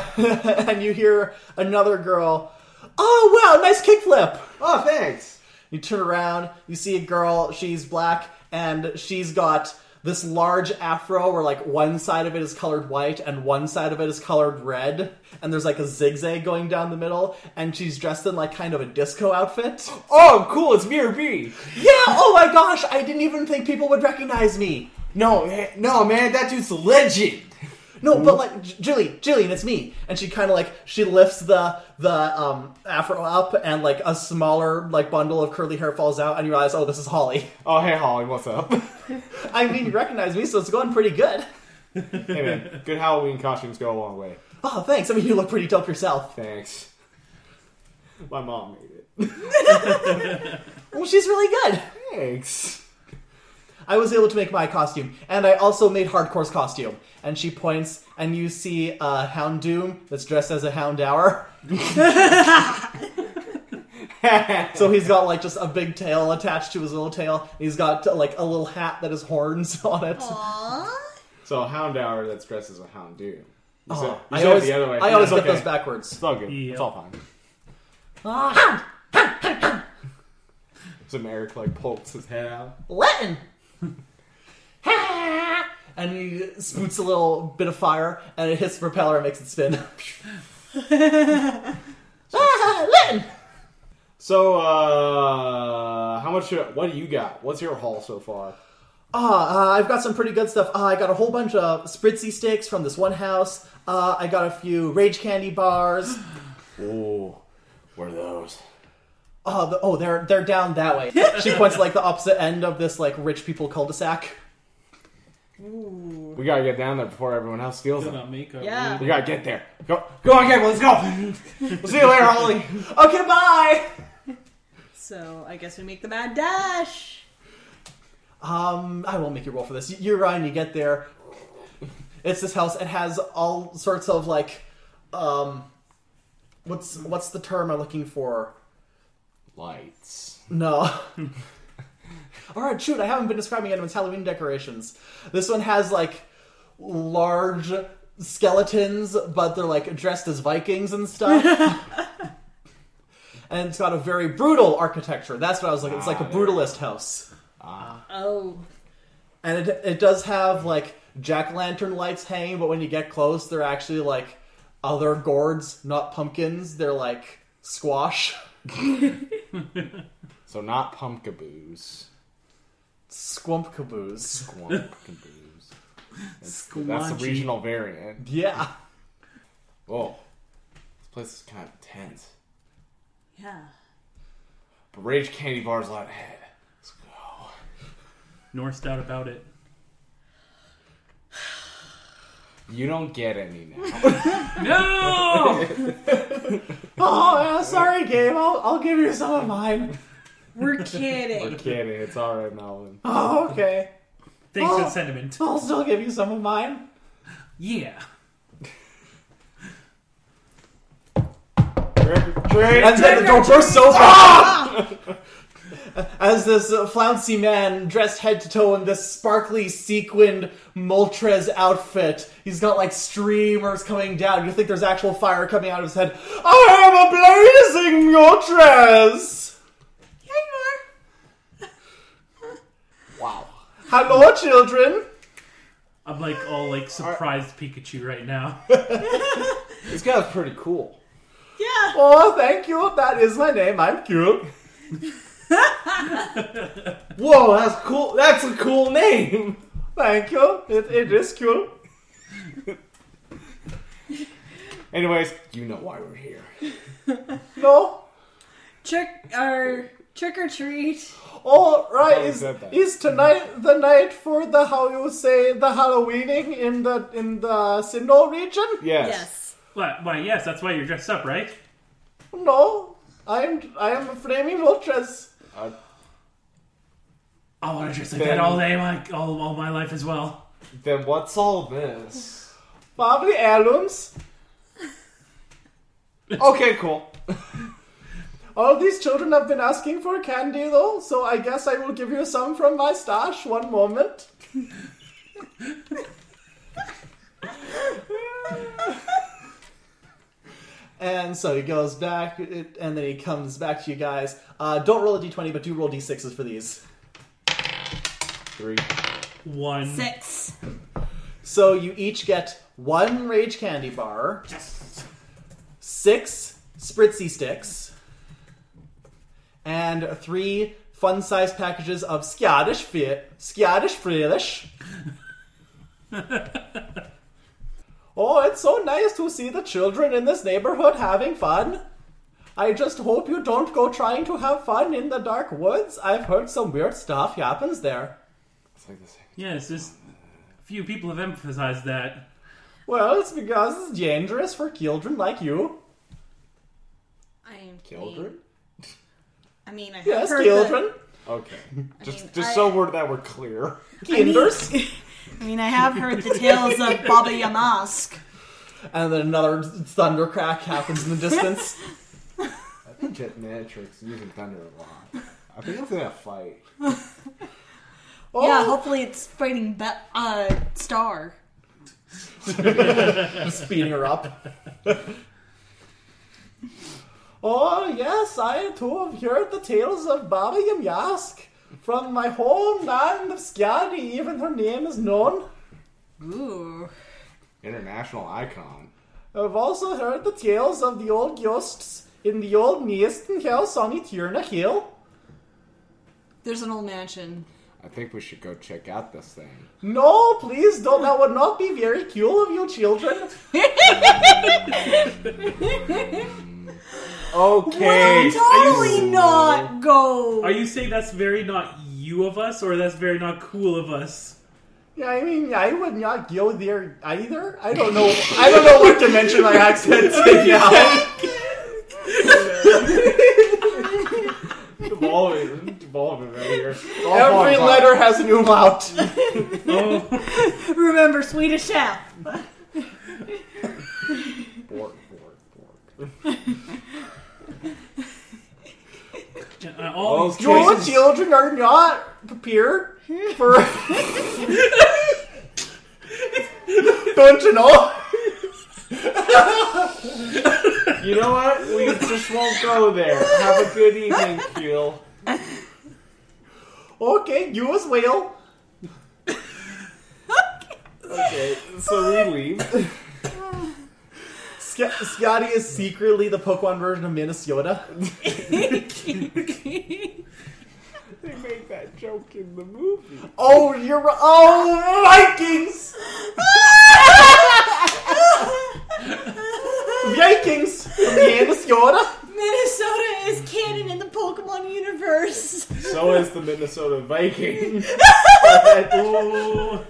Speaker 1: [LAUGHS] and you hear another girl oh wow nice kickflip
Speaker 2: Oh, thanks.
Speaker 1: You turn around, you see a girl, she's black, and she's got this large afro where like one side of it is colored white and one side of it is colored red, and there's like a zigzag going down the middle, and she's dressed in like kind of a disco outfit.
Speaker 2: Oh, cool. It's Mirror B.
Speaker 1: Yeah, oh my gosh, I didn't even think people would recognize me.
Speaker 2: No, man, no, man. That dude's a legend.
Speaker 1: No, but like J- Jillian, Jillian, it's me. And she kind of like she lifts the the um afro up, and like a smaller like bundle of curly hair falls out, and you realize, oh, this is Holly. [LAUGHS]
Speaker 2: Oh, hey, Holly. What's up? [LAUGHS] hey,
Speaker 1: I mean, you recognize me, so it's going pretty good.
Speaker 2: man. Good Halloween costumes go a long way.
Speaker 1: Oh, thanks. I mean, you look pretty dope yourself.
Speaker 2: Thanks. My mom made it.
Speaker 1: Well, she's really good.
Speaker 2: Thanks.
Speaker 1: I was able to make my costume, and I also made Hardcore's costume. And she points, and you see uh, Hound Doom that's dressed as a Hound
Speaker 2: [LAUGHS]
Speaker 1: Hour. So he's got like just a big tail attached to his little tail. He's got uh, like a little hat that has horns [LAUGHS] on it.
Speaker 3: Aww.
Speaker 2: So a hound hour that's dressed as a hound do.
Speaker 1: Oh,
Speaker 2: you
Speaker 1: I
Speaker 2: said it
Speaker 1: always,
Speaker 2: the other way.
Speaker 1: I always
Speaker 2: It's
Speaker 1: get
Speaker 2: okay.
Speaker 1: those backwards.
Speaker 2: It's all good.
Speaker 4: Yeah.
Speaker 2: It's all fine.
Speaker 1: Ah,
Speaker 2: Some Eric like pokes his head out.
Speaker 1: Latin. Ha! [LAUGHS] and he spoots a little bit of fire, and it hits the propeller and makes it spin. ah, Latin.
Speaker 2: So, uh, how much? What do you got? What's your haul so far?
Speaker 1: Ah, uh, I've got some pretty good stuff. Uh, I got a whole bunch of spritzy sticks from this one house. Uh, I got a few rage candy bars.
Speaker 2: Ooh, what are those?
Speaker 1: Oh, the, oh, they're they're down that way. she points like the opposite end of this like rich people cul-de-sac.
Speaker 2: We gotta get down there before everyone else steals
Speaker 4: Do
Speaker 2: them.
Speaker 4: not make a
Speaker 3: Yeah.
Speaker 2: We gotta get there. Go, go on, Gable. Let's go. we'll see you later, Holly.
Speaker 1: Okay, bye.
Speaker 3: So I guess we make the mad dash.
Speaker 1: Um, I won't make you roll for this. You're Ryan. You get there. It's this house. It has all sorts of like, um, what's what's the term I'm looking for?
Speaker 2: Lights.
Speaker 1: No. [LAUGHS] All right, shoot, I haven't been describing anyone's Halloween decorations. This one has like large skeletons, but they're like dressed as Vikings and stuff. and it's got a very brutal architecture. That's what I was looking. It's like a
Speaker 2: Ah, there you
Speaker 1: brutalist house,
Speaker 3: Oh.
Speaker 1: and it it does have like jack lantern lights hanging, but when you get close, they're actually like other gourds, not pumpkins. They're like squash.
Speaker 2: So not pumpkaboos.
Speaker 1: Squump caboose.
Speaker 2: [LAUGHS] Squonkaboos. That's, that's
Speaker 4: Squanchy.
Speaker 2: the regional variant.
Speaker 1: Yeah.
Speaker 2: Whoa. This place is kind of tense.
Speaker 3: Yeah.
Speaker 2: But Rage Candy Bar's a lot ahead. Let's go.
Speaker 4: Norse doubt about it.
Speaker 2: You don't get any [LAUGHS] now.
Speaker 4: No,
Speaker 1: Oh, yeah, sorry, game. I'll, I'll give you some of mine.
Speaker 3: [LAUGHS] We're
Speaker 2: We're
Speaker 3: kidding.
Speaker 2: kidding. It's alright, [LAUGHS] Melvin.
Speaker 1: Oh, okay.
Speaker 4: [LAUGHS] thanks
Speaker 3: Oh.
Speaker 4: for the sentiment.
Speaker 1: I'll still give you some of mine.
Speaker 4: Yeah,
Speaker 1: And then the door bursts open.
Speaker 3: Ah!
Speaker 1: As this uh, flouncy man, dressed head to toe in this sparkly sequined Moltres outfit, he's got like streamers coming down. You think there's actual fire coming out of his head? I am a blazing Moltres.
Speaker 3: Yeah, you
Speaker 2: Wow.
Speaker 1: Hello, children.
Speaker 4: I'm like all like surprised Pikachu right now.
Speaker 2: This guy's pretty cool.
Speaker 3: are. Yeah.
Speaker 1: Oh, thank you. That is my name. I'm cute.
Speaker 2: Whoa, that's cool. That's a cool name.
Speaker 1: Thank you. It, it is cute.
Speaker 2: [LAUGHS] Anyways, you know why we're here.
Speaker 1: No.
Speaker 3: Trick or trick or treat.
Speaker 1: All right.
Speaker 2: Oh,
Speaker 1: Is
Speaker 2: said that.
Speaker 1: is tonight the night for the how you say the Halloweening in the in the Sindor region?
Speaker 2: Yes.
Speaker 3: Yes.
Speaker 4: What? Why? Yes, that's why you're dressed up, right?
Speaker 1: No. I am I am a flaming Moltres.
Speaker 2: Uh,
Speaker 4: Oh, I want to dress like
Speaker 2: Then-
Speaker 4: that all day, like all, all my life as well.
Speaker 2: then what's all this?
Speaker 1: Probably heirlooms.
Speaker 2: Okay, cool.
Speaker 1: All these children have been asking for candy though, so I guess I will give you some from my stash. One moment. and so he goes back, it- and then he comes back to you guys. Uh, don't roll a d20, but do roll d6s for these.
Speaker 2: Three.
Speaker 4: One.
Speaker 3: Six.
Speaker 1: So you each get one rage candy bar,
Speaker 4: Yes.
Speaker 1: six spritzy sticks, and three fun-sized packages of Skjadish Fe- Skjadish Freilish. oh, it's so nice to see the children in this neighborhood having fun. I just hope you don't go trying to have fun in the dark woods. I've heard some weird stuff happens there.
Speaker 2: It's like the second.
Speaker 4: Yes, just few people have emphasized that.
Speaker 1: Well, it's because it's dangerous for children like you.
Speaker 3: I am
Speaker 2: Children?
Speaker 3: I mean, I have
Speaker 1: Yes,
Speaker 3: heard
Speaker 1: children.
Speaker 2: Okay. Just,
Speaker 3: mean,
Speaker 2: just
Speaker 3: [LAUGHS] I-
Speaker 2: so we're that we're clear.
Speaker 1: Kinders.
Speaker 3: The, [LAUGHS] I mean, I have heard the tales of Baba Yamask.
Speaker 1: and then another thunder crack happens in the [LAUGHS] distance.
Speaker 2: I've been Jet Matrix using thunder a lot. I think it's in a fight.
Speaker 1: Oh,
Speaker 3: Yeah, hopefully it's fighting Be- uh, Star.
Speaker 1: speeding her up. [LAUGHS] oh yes, I too have heard the tales of Baba Yamyask from my homeland of Skadi. Even her name is known.
Speaker 3: Ooh.
Speaker 2: International icon.
Speaker 1: I've also heard the tales of the old ghosts in the old Niesten house on Eterna Hill.
Speaker 3: There's an old mansion.
Speaker 2: I think we should go check out this thing.
Speaker 1: No, please don't. That would not be very cool of you, children.
Speaker 2: Okay.
Speaker 3: totally not go.
Speaker 4: Are you saying that's very not you of us, or that's very not cool of us?
Speaker 1: Yeah, I mean, I would not go there either. I don't know. I don't know what dimension my accent's in [LAUGHS] now.
Speaker 2: Devolving, devolving right here. It's all
Speaker 1: Every
Speaker 2: fun.
Speaker 1: letter has an umlaut.
Speaker 4: Oh,
Speaker 3: Remember Swedish
Speaker 4: [LAUGHS]
Speaker 3: Chef.
Speaker 2: Bork, bork, bork.
Speaker 4: uh,
Speaker 3: Oh,
Speaker 4: all these
Speaker 2: Okay.
Speaker 1: Your
Speaker 4: choices.
Speaker 1: children are not prepared [LAUGHS] for. don't you know?
Speaker 2: You know what? We just won't go there. Have a good evening, Keel.
Speaker 1: Okay, you as well.
Speaker 2: Okay, so we leave.
Speaker 1: Sc- Scotty is secretly the Pokemon version of Minnesota.
Speaker 2: they made that joke in the movie.
Speaker 1: Oh, you're ri- oh Vikings, Vikings from Minnesota.
Speaker 3: Minnesota is canon in the Pokemon universe.
Speaker 2: So is the Minnesota Viking.
Speaker 4: Oh.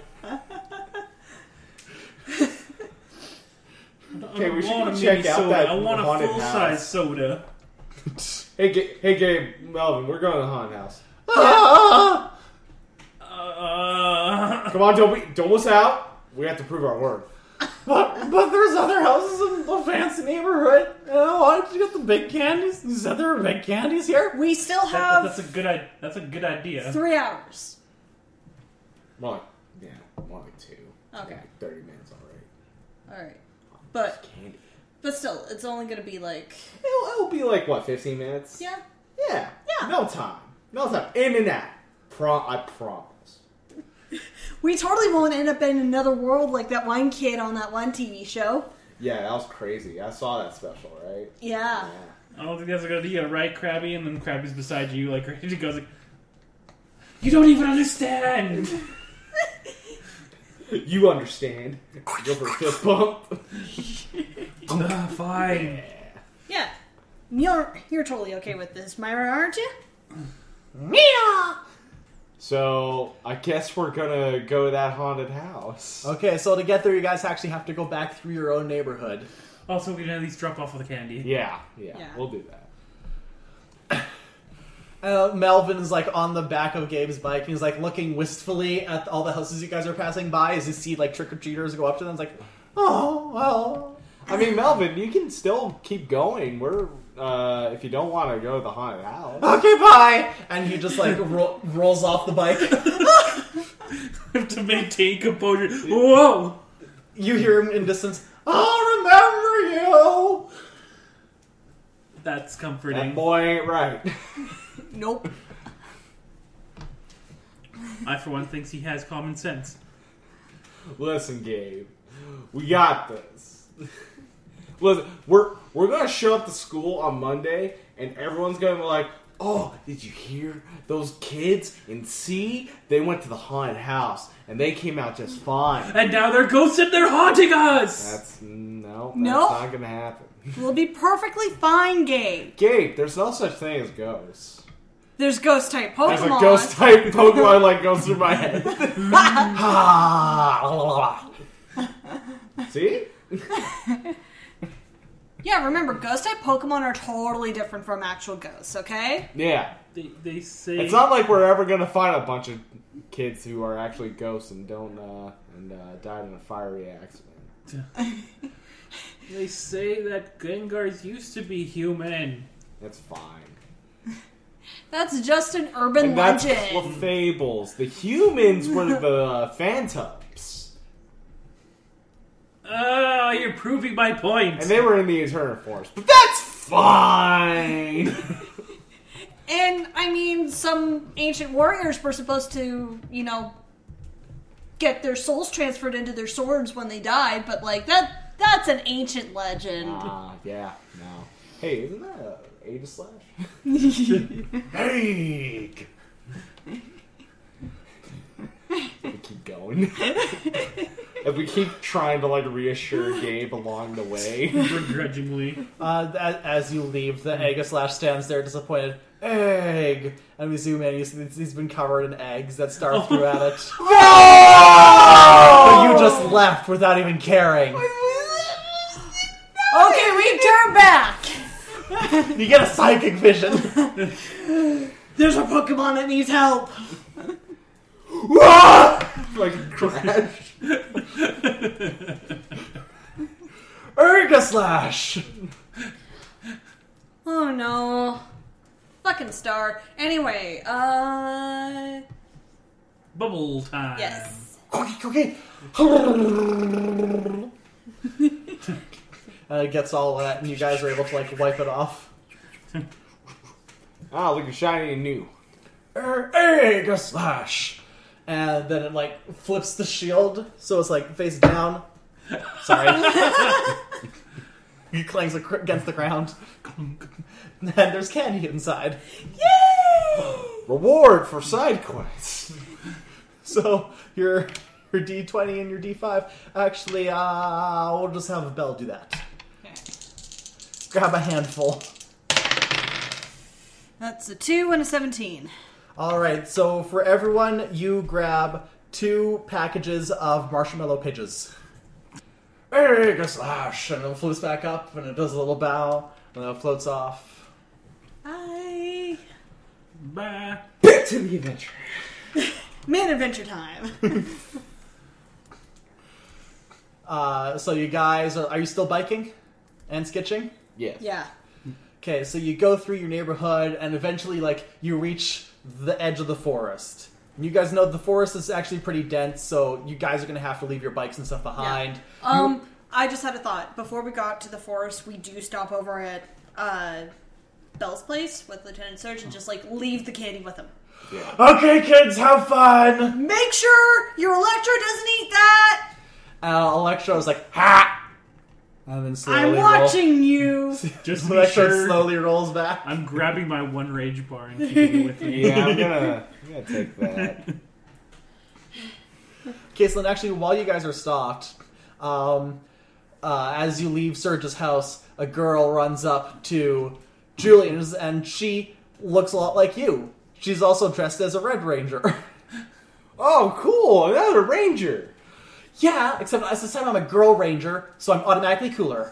Speaker 2: Okay, we should
Speaker 4: I want a
Speaker 2: check
Speaker 4: mini
Speaker 2: out
Speaker 4: soda.
Speaker 2: that
Speaker 4: I want a
Speaker 2: haunted
Speaker 4: full
Speaker 2: house.
Speaker 4: size soda.
Speaker 2: hey, Ga- hey, Gabe, Melvin, we're going to Haunted House.
Speaker 1: Ah,
Speaker 4: Uh, [LAUGHS]
Speaker 2: Come on, don't be, don't miss out. We have to prove our word.
Speaker 1: but but there's other houses in the fancy neighborhood. Oh, why don't you get the big candies? You said there were big candies here.
Speaker 3: We still
Speaker 4: that,
Speaker 3: have
Speaker 4: that's a good. i- That's a good idea.
Speaker 3: three hours.
Speaker 2: More like, yeah, more like two.
Speaker 3: Okay.
Speaker 2: Yeah, thirty minutes already.
Speaker 3: All right, but
Speaker 2: Candy.
Speaker 3: but still, it's only gonna be like
Speaker 2: It'll, it'll be like what, fifteen minutes?
Speaker 3: yeah.
Speaker 2: Yeah.
Speaker 3: Yeah.
Speaker 2: No time. No time. In and out. Pro- I promise.
Speaker 3: We totally won't end up in another world like that one kid on that one TV show.
Speaker 2: Yeah, that was crazy. I saw that special, right?
Speaker 3: Yeah.
Speaker 4: I don't think that's a good idea, right, Krabby? And then Krabby's beside you, like [LAUGHS] ready to go. Like, you don't even understand.
Speaker 2: Yeah. You understand. Go for a fist bump. [LAUGHS]
Speaker 4: Ah, fine.
Speaker 3: Yeah. You're you're totally okay with this, Myra, aren't you?
Speaker 2: So I guess we're gonna go to that haunted house.
Speaker 1: Okay, so to get there, you guys actually have to go back through your own neighborhood.
Speaker 4: Also, we can at least drop off with the candy.
Speaker 2: Yeah, yeah,
Speaker 3: Yeah.
Speaker 2: We'll do that.
Speaker 1: Uh, Melvin is like on the back of Gabe's bike, and he's like looking wistfully at all the houses you guys are passing by as you see like trick or treaters go up to them. It's like, oh well.
Speaker 2: I mean, Melvin, you can still keep going. We're uh, if you don't want to go to the haunted house.
Speaker 1: Okay, bye. And he just like [LAUGHS] ro- rolls off the bike.
Speaker 4: [LAUGHS]
Speaker 1: [LAUGHS]
Speaker 4: We have to maintain composure. Whoa!
Speaker 1: You hear him in distance. [LAUGHS] I'll remember you.
Speaker 4: That's
Speaker 2: That
Speaker 4: comforting.
Speaker 2: boy ain't right. [LAUGHS]
Speaker 3: Nope.
Speaker 4: I, for one, thinks he has common sense.
Speaker 2: Listen, Gabe, we got this. [LAUGHS] Listen, we're we're gonna show up to school on Monday, and everyone's gonna be like, "Oh, did you hear those kids in C? They went to the haunted house, and they came out just fine."
Speaker 4: And now they're ghosts and they're haunting us!
Speaker 2: That's no, that's
Speaker 3: No.
Speaker 2: not gonna happen.
Speaker 3: We'll be perfectly fine, Gabe.
Speaker 2: Gabe, there's no such thing as ghosts.
Speaker 3: There's ghost type
Speaker 2: As a
Speaker 3: Pokemon. [LAUGHS]
Speaker 2: ghost type Pokemon like goes through my head.
Speaker 1: Ah.
Speaker 2: See?
Speaker 3: Yeah, remember, ghost type Pokemon are totally different from actual ghosts, okay?
Speaker 2: Yeah.
Speaker 4: They, they say.
Speaker 2: It's not like we're ever gonna find a bunch of kids who are actually ghosts and don't uh, and uh, died in a fiery accident.
Speaker 4: They say that Gengars used to be human.
Speaker 2: That's fine.
Speaker 3: That's just an urban
Speaker 2: And that's
Speaker 3: legend.
Speaker 2: the fables. The humans were the uh, phantoms,
Speaker 4: Ah, you're proving my point.
Speaker 2: and they were in the eternal forest. But that's fine. [LAUGHS]
Speaker 3: And, I mean, some ancient warriors were supposed to, you know, get their souls transferred into their swords when they died, but, like, that that's an ancient legend.
Speaker 2: Ah, yeah, no. Hey, isn't that a Ada slash? hey. we keep going. and we keep trying to like reassure Gabe along the
Speaker 4: [LAUGHS]
Speaker 2: way. [LAUGHS]
Speaker 4: Begrudgingly.
Speaker 1: Uh, as, as you leave, the egg slash stands there disappointed. Egg, and we zoom in. You see it's- he's been covered in eggs that Star threw at it. But you just left without even caring.
Speaker 3: Okay, we turn back!
Speaker 1: You get a psychic vision.
Speaker 3: There's a Pokemon that needs help!
Speaker 2: like crash.
Speaker 1: Erga slash.
Speaker 3: Oh no. Fucking star. Anyway, uh.
Speaker 4: Bubble time.
Speaker 3: Yes.
Speaker 1: Okay, okay. uh, gets all that, and you guys are able to like wipe it off.
Speaker 2: Ah, look, it's shiny and new.
Speaker 1: Er, egg slash, and then it like flips the shield, so it's like face down. Sorry, [LAUGHS] he clangs ac- against the ground, [LAUGHS] and there's candy inside.
Speaker 2: Reward for side quests.
Speaker 1: So your your D twenty and your D five. Actually, uh, we'll just have Bell do that. Grab a handful.
Speaker 3: That's a 2 and a 17.
Speaker 1: All right. So for everyone, you grab two packages of marshmallow pitches. Big slash, and ah, it floats back up, and it does a little bow, and then it floats off.
Speaker 3: Bye.
Speaker 4: Bye.
Speaker 2: Back to the adventure.
Speaker 3: Man Adventure Time. [LAUGHS]
Speaker 1: Uh, so you guys are, are you still biking and sketching?
Speaker 2: Yeah.
Speaker 3: yeah.
Speaker 1: Okay, so you go through your neighborhood, and eventually, like, you reach the edge of the forest. And you guys know the forest is actually pretty dense, so you guys are gonna have to leave your bikes and stuff behind.
Speaker 3: Um, I just had a thought. Before we got to the forest, we do stop over at uh, Bell's place with Lieutenant Surge and just like leave the candy with him.
Speaker 2: Yeah.
Speaker 1: Okay, kids, have fun.
Speaker 3: Make sure your Electro doesn't eat that.
Speaker 1: Uh, Electro is like, ha! And then slowly
Speaker 3: I'm
Speaker 1: roll- [LAUGHS]
Speaker 3: watching you.
Speaker 4: Just to be
Speaker 1: Electro
Speaker 4: sure.
Speaker 1: slowly rolls back.
Speaker 4: I'm grabbing my one rage bar and keeping it with [LAUGHS] me.
Speaker 2: Yeah, I'm gonna, I'm gonna take that.
Speaker 1: Caitlin, actually, while you guys are stopped, um, uh, as you leave Serge's house, a girl runs up to Julian's, and she looks a lot like you. She's also dressed as a Red Ranger. [LAUGHS]
Speaker 2: Oh, cool! Another ranger.
Speaker 1: yeah, except as this time I'm a Girl Ranger, so I'm automatically cooler.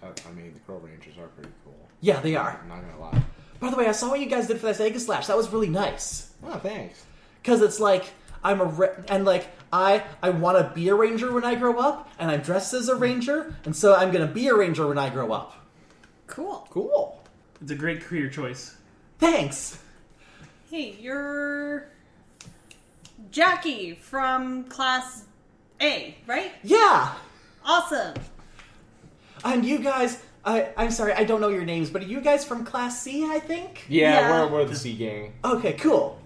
Speaker 2: I, Oh, I mean, the girl rangers are pretty cool.
Speaker 1: Yeah, they are.
Speaker 2: I'm not gonna lie.
Speaker 1: By the way, I saw what you guys did for that Sega Slash. That was really nice.
Speaker 2: Oh, thanks.
Speaker 1: Because it's like, I'm a. Re- and like, I, I want to be a ranger when I grow up, and I'm dressed as a ranger, and so I'm going to be a ranger when I grow up.
Speaker 3: Cool.
Speaker 1: Cool.
Speaker 4: It's a great career choice.
Speaker 1: Thanks.
Speaker 3: Hey, you're Jackie from Class A, right?
Speaker 1: Yeah.
Speaker 3: Awesome.
Speaker 1: And you guys, I, I'm sorry, I don't know your names, but are you guys from Class C, I think?
Speaker 2: Yeah,
Speaker 3: Yeah.
Speaker 2: We're, we're the sea gang.
Speaker 1: Okay, cool.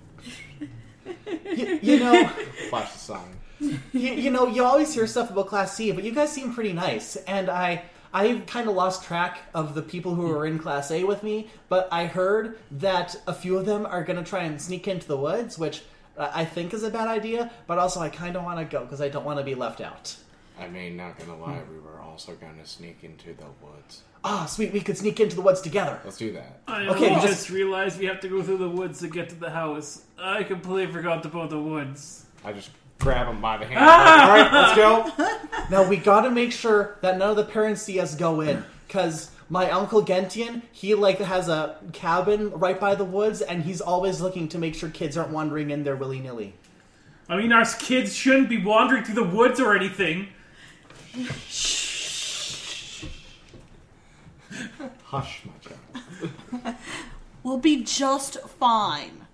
Speaker 1: you, you know,
Speaker 2: Flash the sign.
Speaker 1: you, you know, you always hear stuff about Class C, but you guys seem pretty nice, and I, I kind of lost track of the people who were in Class A with me, but I heard that a few of them are gonna try and sneak into the woods, which I I think is a bad idea, but also I kind of want to go because I don't want to be left out.
Speaker 2: I mean, not gonna lie, we were also gonna sneak into the woods.
Speaker 1: Ah, sweet, we could sneak into the woods together.
Speaker 2: Let's do that.
Speaker 4: I
Speaker 1: Okay,
Speaker 4: just,
Speaker 1: just-
Speaker 4: realized we have to go through the woods to get to the house. I completely forgot about the woods.
Speaker 2: I just grab him by the hand. All right, let's go.
Speaker 1: Now we gotta make sure that none of the parents see us go in, cause my uncle Gentian, he like has a cabin right by the woods, and he's always looking to make sure kids aren't wandering in there willy nilly.
Speaker 4: I mean, our kids shouldn't be wandering through the woods or anything.
Speaker 2: Hush, my child.
Speaker 3: We'll be just fine.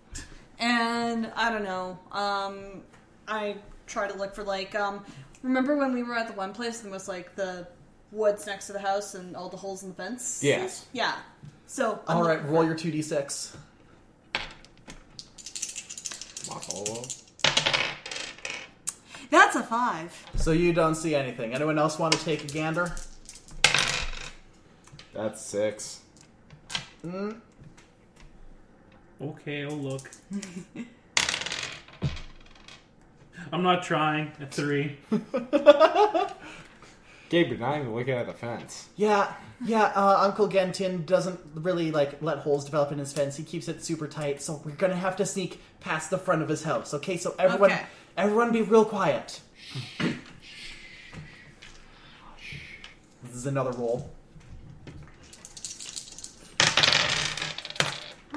Speaker 3: And I don't know. Um, I try to look for like um, remember when we were at the one place and was like the woods next to the house and all the holes in the fence?
Speaker 2: Yes.
Speaker 3: Yeah. So I'm
Speaker 1: All
Speaker 3: look-
Speaker 1: right, roll your two d six.
Speaker 2: Mahalo.
Speaker 3: That's a five.
Speaker 1: So you don't see anything. Anyone else want to take a gander?
Speaker 2: That's six.
Speaker 4: Okay, oh [LAUGHS] look. I'm not trying. At three.
Speaker 2: Gabe, you're not even looking at the fence.
Speaker 1: Yeah, yeah. Uh, Uncle Gentian doesn't really like let holes develop in his fence. He keeps it super tight, so we're gonna have to sneak past the front of his house. Okay, so everyone,
Speaker 3: Okay.
Speaker 1: everyone, be real quiet. this is another roll.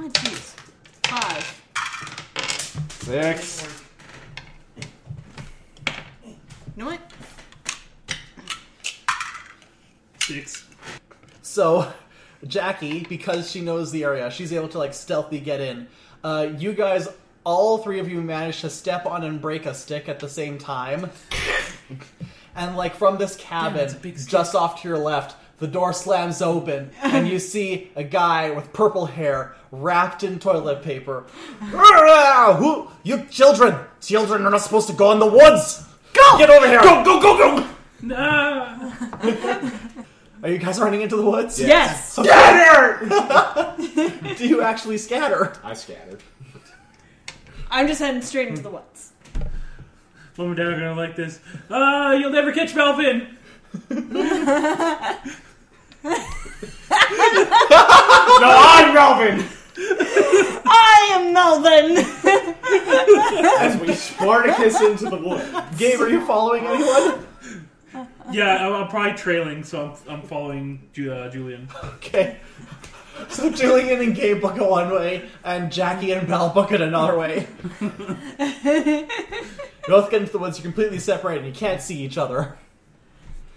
Speaker 3: Oh jeez. Five.
Speaker 2: Six.
Speaker 3: You know what?
Speaker 4: Six.
Speaker 1: So, [LAUGHS] Jackie, because she knows the area, she's able to like stealthily get in. Uh, you guys, all three of you, managed to step on and break a stick at the
Speaker 4: [LAUGHS]
Speaker 1: same time. and like from this cabin,
Speaker 4: it's a big stick.
Speaker 1: just off to your left, The door slams open, and
Speaker 4: [LAUGHS]
Speaker 1: you see a guy with purple hair wrapped in toilet
Speaker 4: [LAUGHS]
Speaker 1: paper. [LAUGHS] Who? You children! Children are not supposed to go in the woods! Go! Get over here! Go, go, go, go!
Speaker 4: No.
Speaker 1: Are you guys running into the woods?
Speaker 3: Yes.
Speaker 2: Scatter!
Speaker 1: [LAUGHS] Do you actually
Speaker 4: [LAUGHS]
Speaker 1: scatter?
Speaker 2: I scattered.
Speaker 3: I'm just heading straight into the woods.
Speaker 4: Mom and Dad are gonna like this. Ah, you'll never catch Melvin.
Speaker 2: No, I'm Melvin!
Speaker 3: I am Melvin. [LAUGHS]
Speaker 2: As we Spartacus into the woods.
Speaker 1: Gabe, are you following
Speaker 4: Oh,
Speaker 1: anyone?
Speaker 4: Yeah, I'm, I'm probably trailing, so I'm, I'm following Ju- uh, Julian.
Speaker 1: Okay. [LAUGHS] So Julian and Gabe book it one way, and Jackie and Belle book it another
Speaker 2: [LAUGHS]
Speaker 1: way. you both get into the woods, you're completely separated, you can't see each other.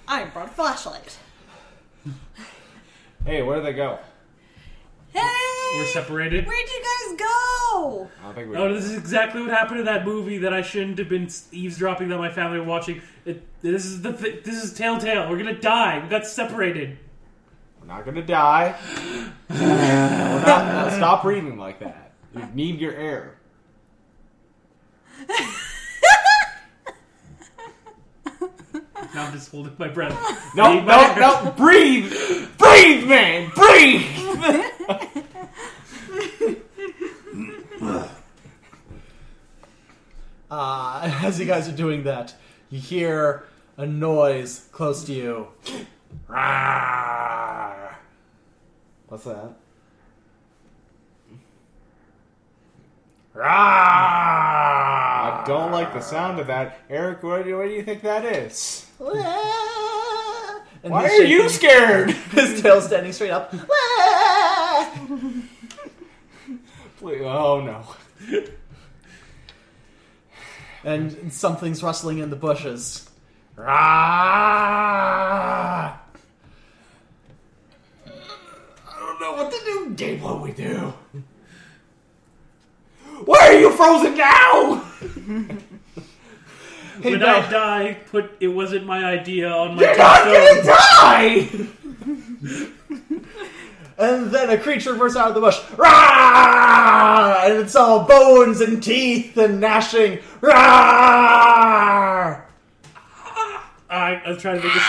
Speaker 3: I brought a flashlight.
Speaker 2: Hey, where did they go?
Speaker 3: Hey.
Speaker 4: We're separated.
Speaker 3: Where'd you guys go?
Speaker 2: I don't think we
Speaker 4: Oh, this is exactly what happened in that movie that I shouldn't have been eavesdropping that my family were watching. It, this is the th- this is Telltale. We're gonna die. We got separated.
Speaker 2: We're not gonna die. We're not- now [SIGHS] stop breathing like that. You need your air.
Speaker 4: Now I'm just holding
Speaker 1: [LAUGHS]
Speaker 4: my breath.
Speaker 2: No,
Speaker 4: Need my
Speaker 2: no, no! Breathe, breathe, man, breathe.
Speaker 1: Uh, [LAUGHS] as you guys are doing that, you hear a noise close to
Speaker 2: [LAUGHS]
Speaker 1: you.
Speaker 2: Rawr. What's that? I don't like the sound of that, Eric. What do you, what do you think that is?
Speaker 1: And
Speaker 2: Why
Speaker 1: he's
Speaker 2: are you
Speaker 1: shaking,
Speaker 2: scared?
Speaker 1: [LAUGHS] His tail standing straight up. [LAUGHS]
Speaker 2: Please- oh no!
Speaker 1: and something's rustling in the bushes.
Speaker 2: Rawr. Ah! I don't know what to do, Gabe. What we do? Why are you frozen now?
Speaker 1: Hey,
Speaker 4: when
Speaker 1: Belle,
Speaker 4: I die, put it wasn't my idea on my
Speaker 2: You're not gonna
Speaker 4: tombstone.
Speaker 2: die.
Speaker 1: And then a creature bursts out of the bush. Rawr! And it's all bones and teeth and gnashing. Rawr!
Speaker 4: I, I'm trying to make a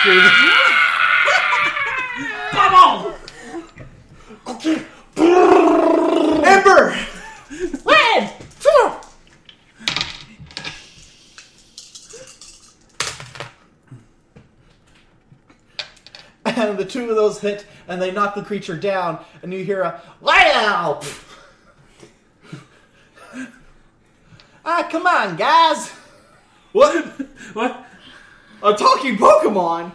Speaker 1: [LAUGHS]
Speaker 4: scream. Come on!
Speaker 1: Ember!
Speaker 3: Lead.
Speaker 1: And the two of those hit, and they knock the creature down, and you hear a wow! [LAUGHS] ah, come on, guys!
Speaker 2: What?
Speaker 4: What?
Speaker 2: A talking Pokemon?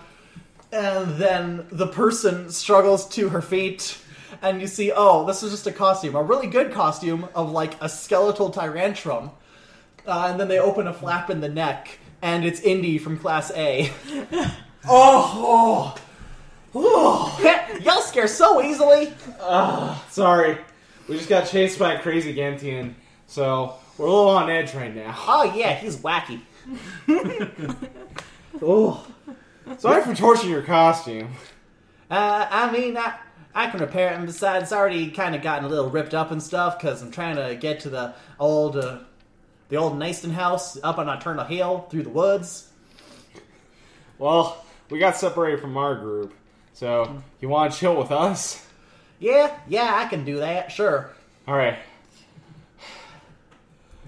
Speaker 1: And then the person struggles to her feet, and you see, oh, this is just a costume, a really good costume of like a skeletal tyrantrum. Uh, and then they open a flap in the neck, and it's Indy from Class [LAUGHS] A. [LAUGHS]
Speaker 2: Oh,
Speaker 1: Ooh, [LAUGHS] y'all scare so easily.
Speaker 2: sorry. We just got chased by a crazy Gentian, so we're a little on edge right now.
Speaker 1: Oh yeah, he's wacky. oh,
Speaker 2: Sorry for torching your costume.
Speaker 1: uh, I mean, I I can repair it, and besides, it's already kind of gotten a little ripped up and stuff because I'm trying to get to the old uh, the old Naston house up on Eternal Hill through the woods.
Speaker 2: Well, we got separated from our group, so you want to chill with us?
Speaker 1: Yeah, yeah, I can do that. Sure.
Speaker 2: All right.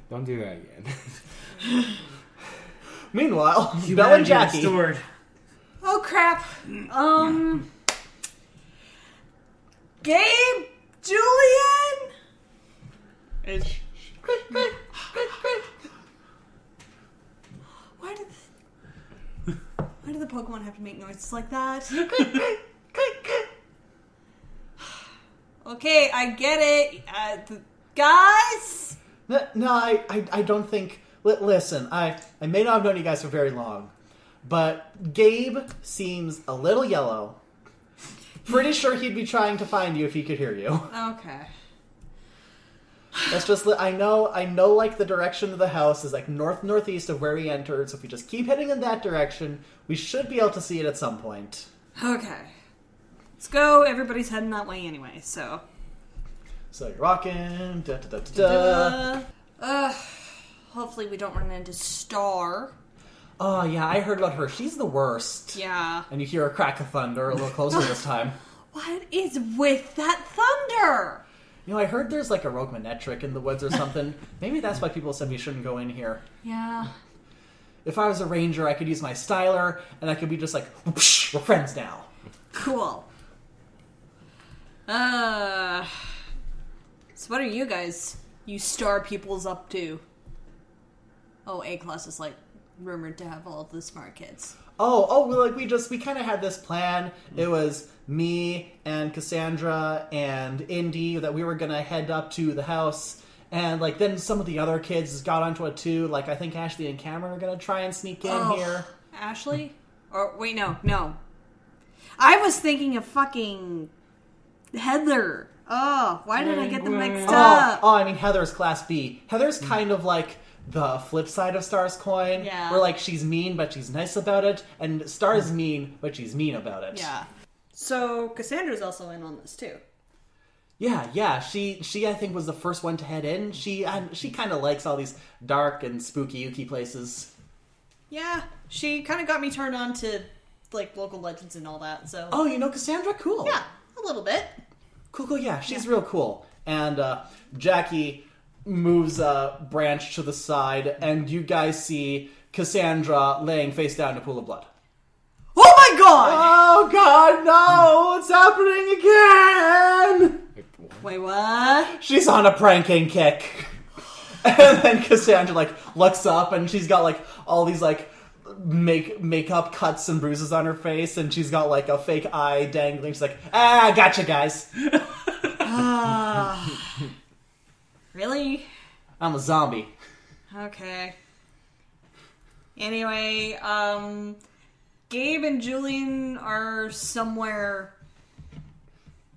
Speaker 2: Don't do that again. [LAUGHS]
Speaker 1: Meanwhile, Bell
Speaker 4: Humanity
Speaker 1: and Jackie. [LAUGHS]
Speaker 4: Restored.
Speaker 3: Oh crap. Um. Gabe, Julian. Why did the, why do the Pokemon have to make noises like that? Okay, I get it, uh, th- guys.
Speaker 1: No, no, I, I, I don't think. li- Listen, I, I may not have known you guys for very long, but Gabe seems a little yellow. Pretty sure he'd be trying to find you if he could hear you. [LAUGHS]
Speaker 3: Okay.
Speaker 1: That's just li- I know I know like the direction of the house is like north northeast of where we entered. So if we just keep heading in that direction, we should be able to see it at some point.
Speaker 3: Okay. Let's go. Everybody's heading that way anyway, so.
Speaker 1: So you're rocking. Da, da, da, da, da.
Speaker 3: Uh, hopefully we don't run into Star.
Speaker 1: Oh, yeah, I heard about her. She's the worst.
Speaker 3: Yeah.
Speaker 1: And you hear a crack of thunder a little closer this time.
Speaker 3: What is with that thunder?
Speaker 1: You know, I heard there's like a rogue manetric in the woods or something. Maybe that's why people said we shouldn't go in here.
Speaker 3: Yeah.
Speaker 1: If I was a ranger, I could use my styler and I could be just like, "Whoosh, we're friends now.
Speaker 3: Cool. Uh. So what are you guys, you star peoples, up to? Oh, A class is like rumored to have all the smart kids.
Speaker 1: Oh, oh, well, like we just we kind of had this plan.
Speaker 3: Mm-hmm.
Speaker 1: It was me and Cassandra and Indy that we were gonna head up to the house, and like then some of the other kids got onto it too. Like I think Ashley and Cameron are gonna try and sneak in
Speaker 3: Oh,
Speaker 1: here.
Speaker 3: Ashley? Or wait, no, no. I was thinking of fucking Heather. Oh, why did I get them mixed
Speaker 1: Oh,
Speaker 3: up?
Speaker 1: oh, I mean Heather's class B. Heather's
Speaker 3: Mm.
Speaker 1: kind of like the flip side of Star's coin,
Speaker 3: Yeah. Mm.
Speaker 1: where like she's mean but she's nice about it, and Star's mean but she's mean about it.
Speaker 3: Yeah. So Cassandra's also in on this too.
Speaker 1: Yeah, yeah. She she I think was the first one to head in. She um, she kind of likes all these dark and spooky yuki places.
Speaker 3: Yeah, she kind of got me turned on to like local legends and all that. So
Speaker 1: Oh, you know Cassandra? Cool.
Speaker 3: yeah, a little bit.
Speaker 1: Cool, cool. Yeah, she's real cool. And uh, Jackie moves a branch to the side, and you guys see Cassandra laying face down in a pool of blood.
Speaker 3: Oh my god!
Speaker 1: Oh God, no! It's happening again.
Speaker 3: Wait, what?
Speaker 1: She's on a pranking kick, [LAUGHS] and then Cassandra like looks up, and she's got like all these like make makeup cuts and bruises on her face, and she's got like a fake eye dangling. She's like, "Ah, gotcha, guys.
Speaker 3: Ah. [SIGHS] Really?
Speaker 1: I'm a zombie."
Speaker 3: Okay. Anyway, um, Gabe and Julian are somewhere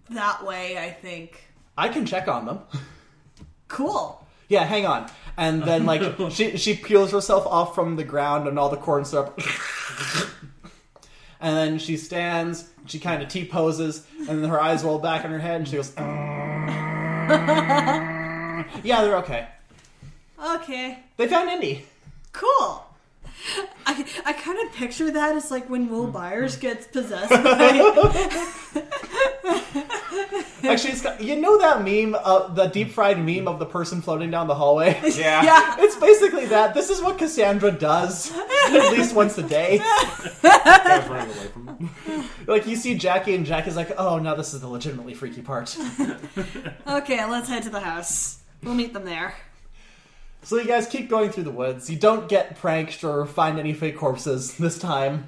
Speaker 3: that way, I think.
Speaker 1: I can check on them.
Speaker 3: Cool.
Speaker 1: Yeah, hang on. And then like she she peels herself off from the ground and all the corn syrup. and then she stands, she kind of T poses, and then her eyes roll back in her head and she goes "Mm." Yeah, they're okay.
Speaker 3: Okay.
Speaker 1: They found Indy.
Speaker 3: Cool. I, I kind of picture that as like when
Speaker 2: Mm.
Speaker 3: Will Byers gets possessed
Speaker 2: [LAUGHS]
Speaker 3: by
Speaker 1: Actually, it's got, you know that meme, uh, the deep fried meme of the person floating down the hallway.
Speaker 2: Yeah.
Speaker 3: yeah.
Speaker 1: It's basically that. This is what Cassandra does at least once a day.
Speaker 2: Guys running away from him.
Speaker 1: Like you see Jackie, and Jackie's like, "Oh, now this is the legitimately freaky part."
Speaker 3: Okay, let's head to the house. We'll meet them there.
Speaker 1: So you guys keep going through the woods. You don't get pranked or find any fake corpses this time.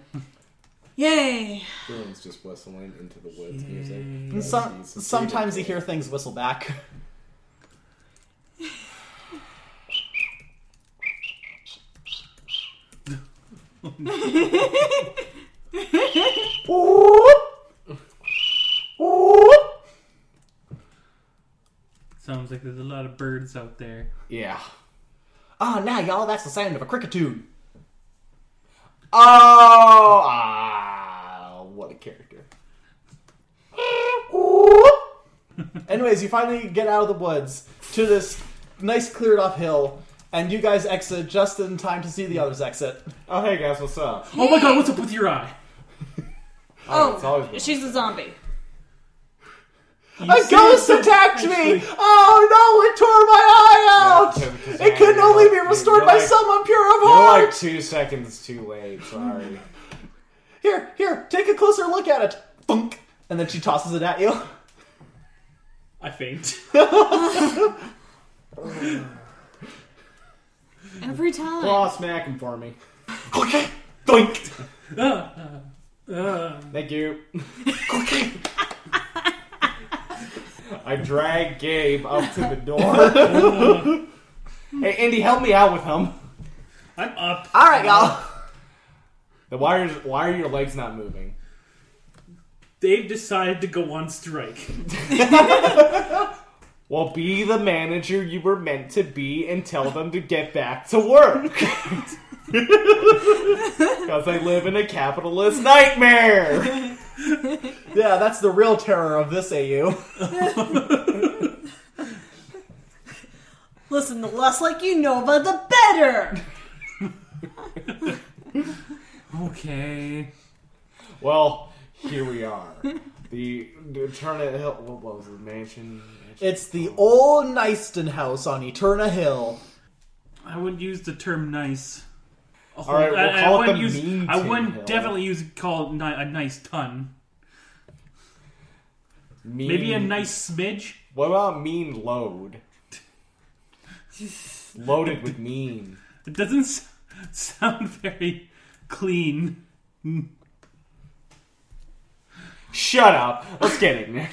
Speaker 3: Yay.
Speaker 2: Dylan's just whistling into the woods music.
Speaker 1: And some, sometimes you hear things whistle back. Whoop. Whoop.
Speaker 4: Sounds like there's a lot of birds out there.
Speaker 2: Yeah.
Speaker 1: Ah, now y'all, that's the sound of a cricket tune.
Speaker 2: Oh, ah, what a character.
Speaker 1: Anyways, you finally get out of the woods to this nice cleared off hill, and you guys exit just in time to see the others exit.
Speaker 2: Oh, hey guys, what's up?
Speaker 4: Oh my god, what's up with your eye?
Speaker 2: it's always
Speaker 3: Oh,
Speaker 2: been-
Speaker 3: she's a zombie.
Speaker 4: You
Speaker 1: A
Speaker 4: said
Speaker 1: ghost
Speaker 4: that-
Speaker 1: attacked me!
Speaker 4: actually-
Speaker 1: Oh no, it tore my eye out!
Speaker 2: Yeah,
Speaker 1: It could only be restored by
Speaker 2: You're like-
Speaker 1: someone pure of
Speaker 2: You're like
Speaker 1: heart!
Speaker 2: two seconds too late. [LAUGHS] Sorry.
Speaker 1: Here, here, take a closer look at it. Bunk! And then she tosses it at you.
Speaker 4: I faint. [LAUGHS] Ah,
Speaker 3: Every time.
Speaker 2: Claw smacking for me.
Speaker 1: Okay! Doink!
Speaker 4: Ah, ah, ah.
Speaker 2: Thank [LAUGHS] you. I drag Gabe up to the door. [LAUGHS] hey, Andy, help me out with him.
Speaker 4: I'm up.
Speaker 1: Alright, y'all.
Speaker 2: The wires. Why are your legs not moving?
Speaker 4: They've decided to go on strike.
Speaker 2: Well, be the manager you were meant to be and tell them to get back to
Speaker 4: [LAUGHS]
Speaker 2: work. Because I live in a capitalist nightmare.
Speaker 1: Yeah, that's the real terror of this AU.
Speaker 3: Listen, the less like you know about the better.
Speaker 4: Okay.
Speaker 2: Well, here we are. The, the Eternal Hill. What was the mansion? mansion?
Speaker 1: It's the old Nyston house on Eterna Hill.
Speaker 4: I wouldn't use the term nice. A whole-
Speaker 2: right, we'll
Speaker 4: I, I
Speaker 2: call it
Speaker 4: wouldn't
Speaker 2: the
Speaker 4: use,
Speaker 2: mean
Speaker 4: I
Speaker 2: tin
Speaker 4: wouldn't
Speaker 2: hill.
Speaker 4: definitely use call it ni- a nice ton.
Speaker 2: Mean-
Speaker 4: Maybe a nice smidge.
Speaker 2: What about mean load? Loaded with mean.
Speaker 4: It doesn't s- [LAUGHS] sound very clean.
Speaker 2: Shut up. Let's get in there.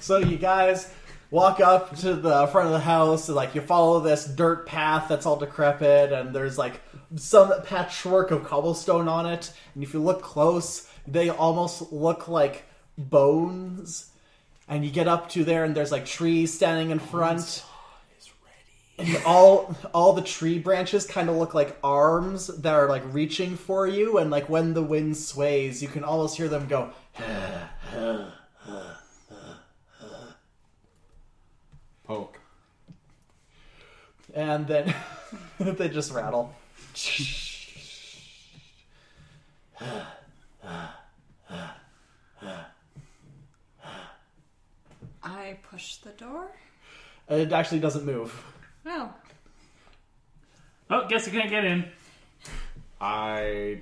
Speaker 1: So you guys walk up to the front of the house and like you follow this dirt path that's all decrepit and there's like some patchwork of cobblestone on it and if you look close they almost look like bones and you get up to there and there's like trees standing in front and all all the tree branches kind of look like arms that are like reaching for you and like when the wind sways you can almost hear them go
Speaker 2: Poke.
Speaker 1: and then [LAUGHS] they just rattle.
Speaker 3: I push the door.
Speaker 1: And It actually doesn't move.
Speaker 3: No.
Speaker 4: Oh, guess I can't get in.
Speaker 2: I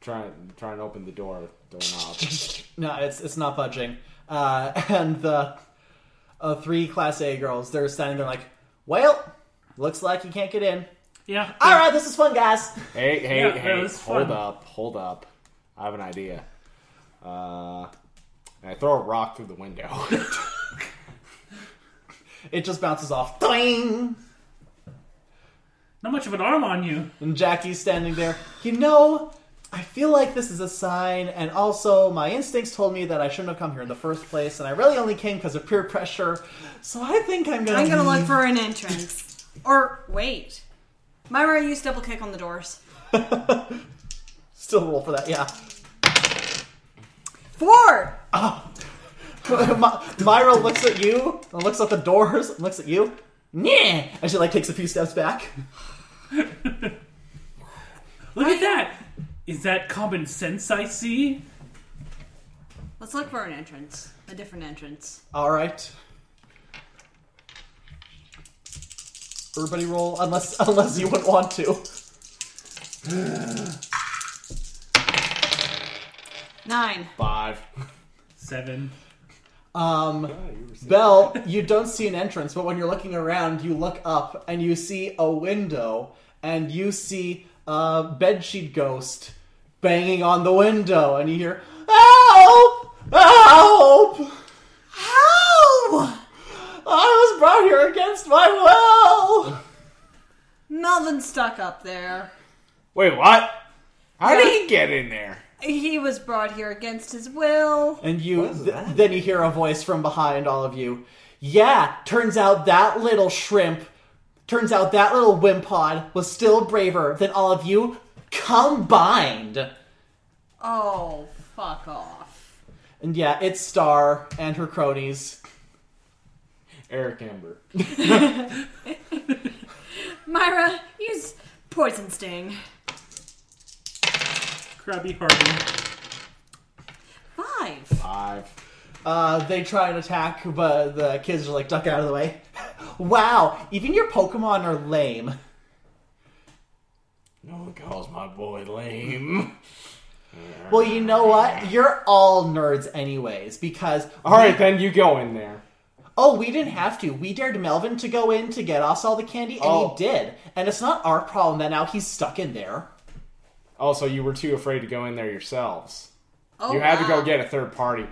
Speaker 2: try try and open the door doorknob.
Speaker 1: No, it's it's not budging. Uh, [LAUGHS] and the uh, three Class A girls, they're standing there like, well, looks like you can't get in.
Speaker 4: Yeah.
Speaker 1: All right, this is fun, guys.
Speaker 2: Hey, hey,
Speaker 4: Yeah, that
Speaker 2: hey! Hold
Speaker 4: was fun.
Speaker 2: up, hold up! I have an idea. Uh, and I throw a rock through the window. [LAUGHS]
Speaker 1: It just bounces off. Doing!
Speaker 4: Not much of an arm on you.
Speaker 1: And Jackie's standing there. You know, I feel like this is a sign, and also my instincts told me that I shouldn't have come here in the first place, and I really only came because of peer pressure. So I think I'm gonna.
Speaker 3: I'm gonna
Speaker 1: leave."
Speaker 3: look for
Speaker 2: [LAUGHS]
Speaker 3: an entrance. Or wait. Myra used double kick on the doors.
Speaker 1: Still roll for that, yeah.
Speaker 3: Four!
Speaker 1: [LAUGHS] My- Myra looks at you, and looks at the doors, and looks at you. Yeah, and she like takes a few steps back.
Speaker 4: Look at that. Is that common sense I see?
Speaker 3: Let's look for an entrance. A different entrance.
Speaker 1: All right. Everybody roll, unless [LAUGHS] unless you wouldn't want to.
Speaker 3: Nine.
Speaker 2: Five.
Speaker 4: Seven.
Speaker 1: Um,
Speaker 2: Ah, you were sick.
Speaker 1: Bell, you don't see an entrance, but when you're looking around, you look up and you see a window, and you see a bedsheet ghost banging on the window, and you hear, Help! Help! How? I was brought here against my will!
Speaker 3: Melvin's stuck up there.
Speaker 2: Wait, what? How did he get in there?
Speaker 3: He was brought here against his will.
Speaker 1: And you,
Speaker 2: What is
Speaker 1: th-
Speaker 2: that?
Speaker 1: then you hear a voice from behind all of you. Yeah, turns out that little shrimp, turns out that little wimpod was still braver than all of you combined.
Speaker 3: Oh, fuck off.
Speaker 1: And yeah, it's Star and her cronies.
Speaker 2: Eric Amber.
Speaker 3: Myra, use poison sting.
Speaker 4: Krabby [LAUGHS] Hardy.
Speaker 3: Five.
Speaker 2: Five.
Speaker 1: Uh, they try and attack, but the kids are like, duck out of the way. [LAUGHS] wow, even your Pokemon are lame.
Speaker 2: No one calls my boy lame.
Speaker 1: Well, you know what? You're all nerds, anyways, because
Speaker 2: All right, then you go in there.
Speaker 1: Oh, we didn't have to. We dared Melvin to go in to get us all the candy, and
Speaker 2: Oh.
Speaker 1: he did. And it's not our problem that now he's stuck in there.
Speaker 2: Also, you were too afraid to go in there yourselves.
Speaker 3: Oh,
Speaker 2: You had to
Speaker 3: wow.
Speaker 2: go get a third party.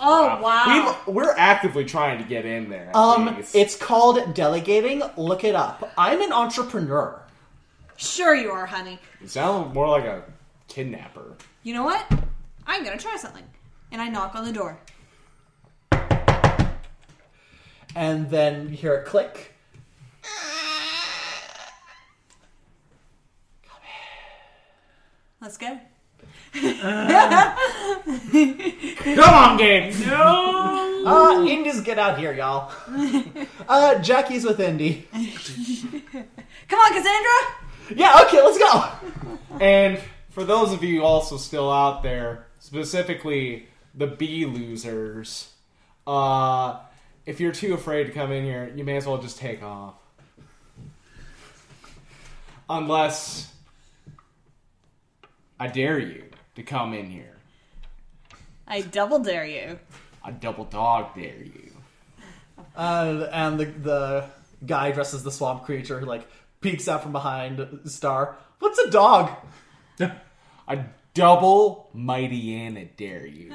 Speaker 3: Oh, wow.
Speaker 2: We, we're actively trying to get in there.
Speaker 1: Um,
Speaker 2: Jeez.
Speaker 1: it's called delegating. Look it up. I'm an entrepreneur.
Speaker 3: Sure you are, honey.
Speaker 2: You sound more like a kidnapper.
Speaker 3: You know what? I'm gonna try something. And I knock on the door.
Speaker 1: And then you hear a click.
Speaker 3: Let's go.
Speaker 2: Come on, game.
Speaker 4: No.
Speaker 1: Ah, Indies, get out here, y'all. uh, Jackie's with Indy.
Speaker 3: Come on, Cassandra!
Speaker 1: Yeah, okay, let's go.
Speaker 2: And for those of you also still out there, specifically the B losers, uh, if you're too afraid to come in here, you may as well just take off. Unless I dare you to come in here.
Speaker 3: I double dare you.
Speaker 2: I double dog dare you.
Speaker 1: Uh, and the the guy dressed as the swamp creature like peeks out from behind Star. What's a dog?
Speaker 2: I double mighty Anna dare you.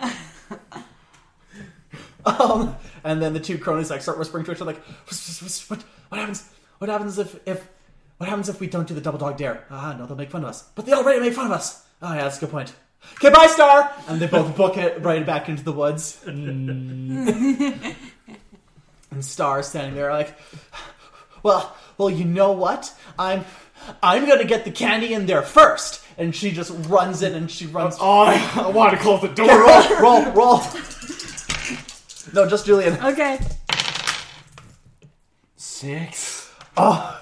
Speaker 1: Um, and then the two cronies like start whispering to each other like, what, what happens? What happens if if what happens if we don't do the double dog dare? Ah, no, they'll make fun of us. But they already made fun of us. Oh yeah, that's a good point. Okay, bye, Star. And they both book it right back into the woods. and Star standing there like, well, well, you know what? I'm I'm gonna get the candy in there first. And she just runs in and she runs.
Speaker 2: [LAUGHS] Oh, I, want to close the door.
Speaker 1: roll, roll, roll. No, just Julian.
Speaker 3: Okay.
Speaker 2: Six.
Speaker 1: Oh,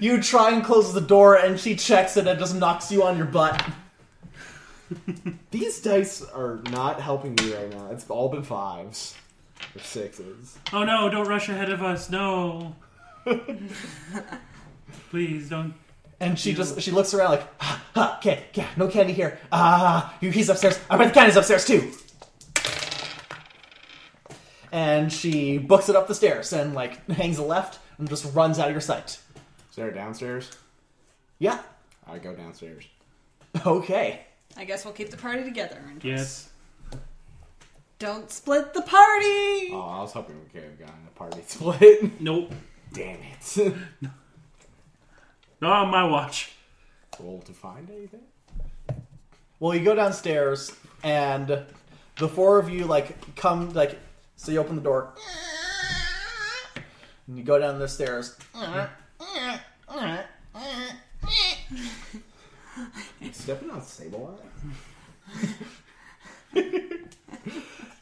Speaker 1: you try and close the door, and she checks it and just knocks you on your butt.
Speaker 2: These dice are not helping me right now. It's all been fives or sixes.
Speaker 4: Oh no! Don't rush ahead of us. [LAUGHS] No. Please don't.
Speaker 1: And she just she looks around like, ah, ah, okay, yeah, no candy here. Ah, you- he's upstairs. I bet the candy's upstairs too. And she books it up the stairs and like hangs a left and just runs out of your sight.
Speaker 2: Is there a downstairs?
Speaker 1: Yeah.
Speaker 2: I go downstairs.
Speaker 1: Okay.
Speaker 3: I guess we'll keep the party together. And
Speaker 4: Yes.
Speaker 3: Don't split the party!
Speaker 2: Oh, I was hoping we could have gotten a party [LAUGHS] split.
Speaker 4: Nope.
Speaker 2: Damn it. [LAUGHS]
Speaker 4: Not on my watch.
Speaker 2: Roll to find anything?
Speaker 1: Well, you go downstairs, and the four of you like come like so you open the door, and you go down the stairs,
Speaker 2: Stepping on Sableye?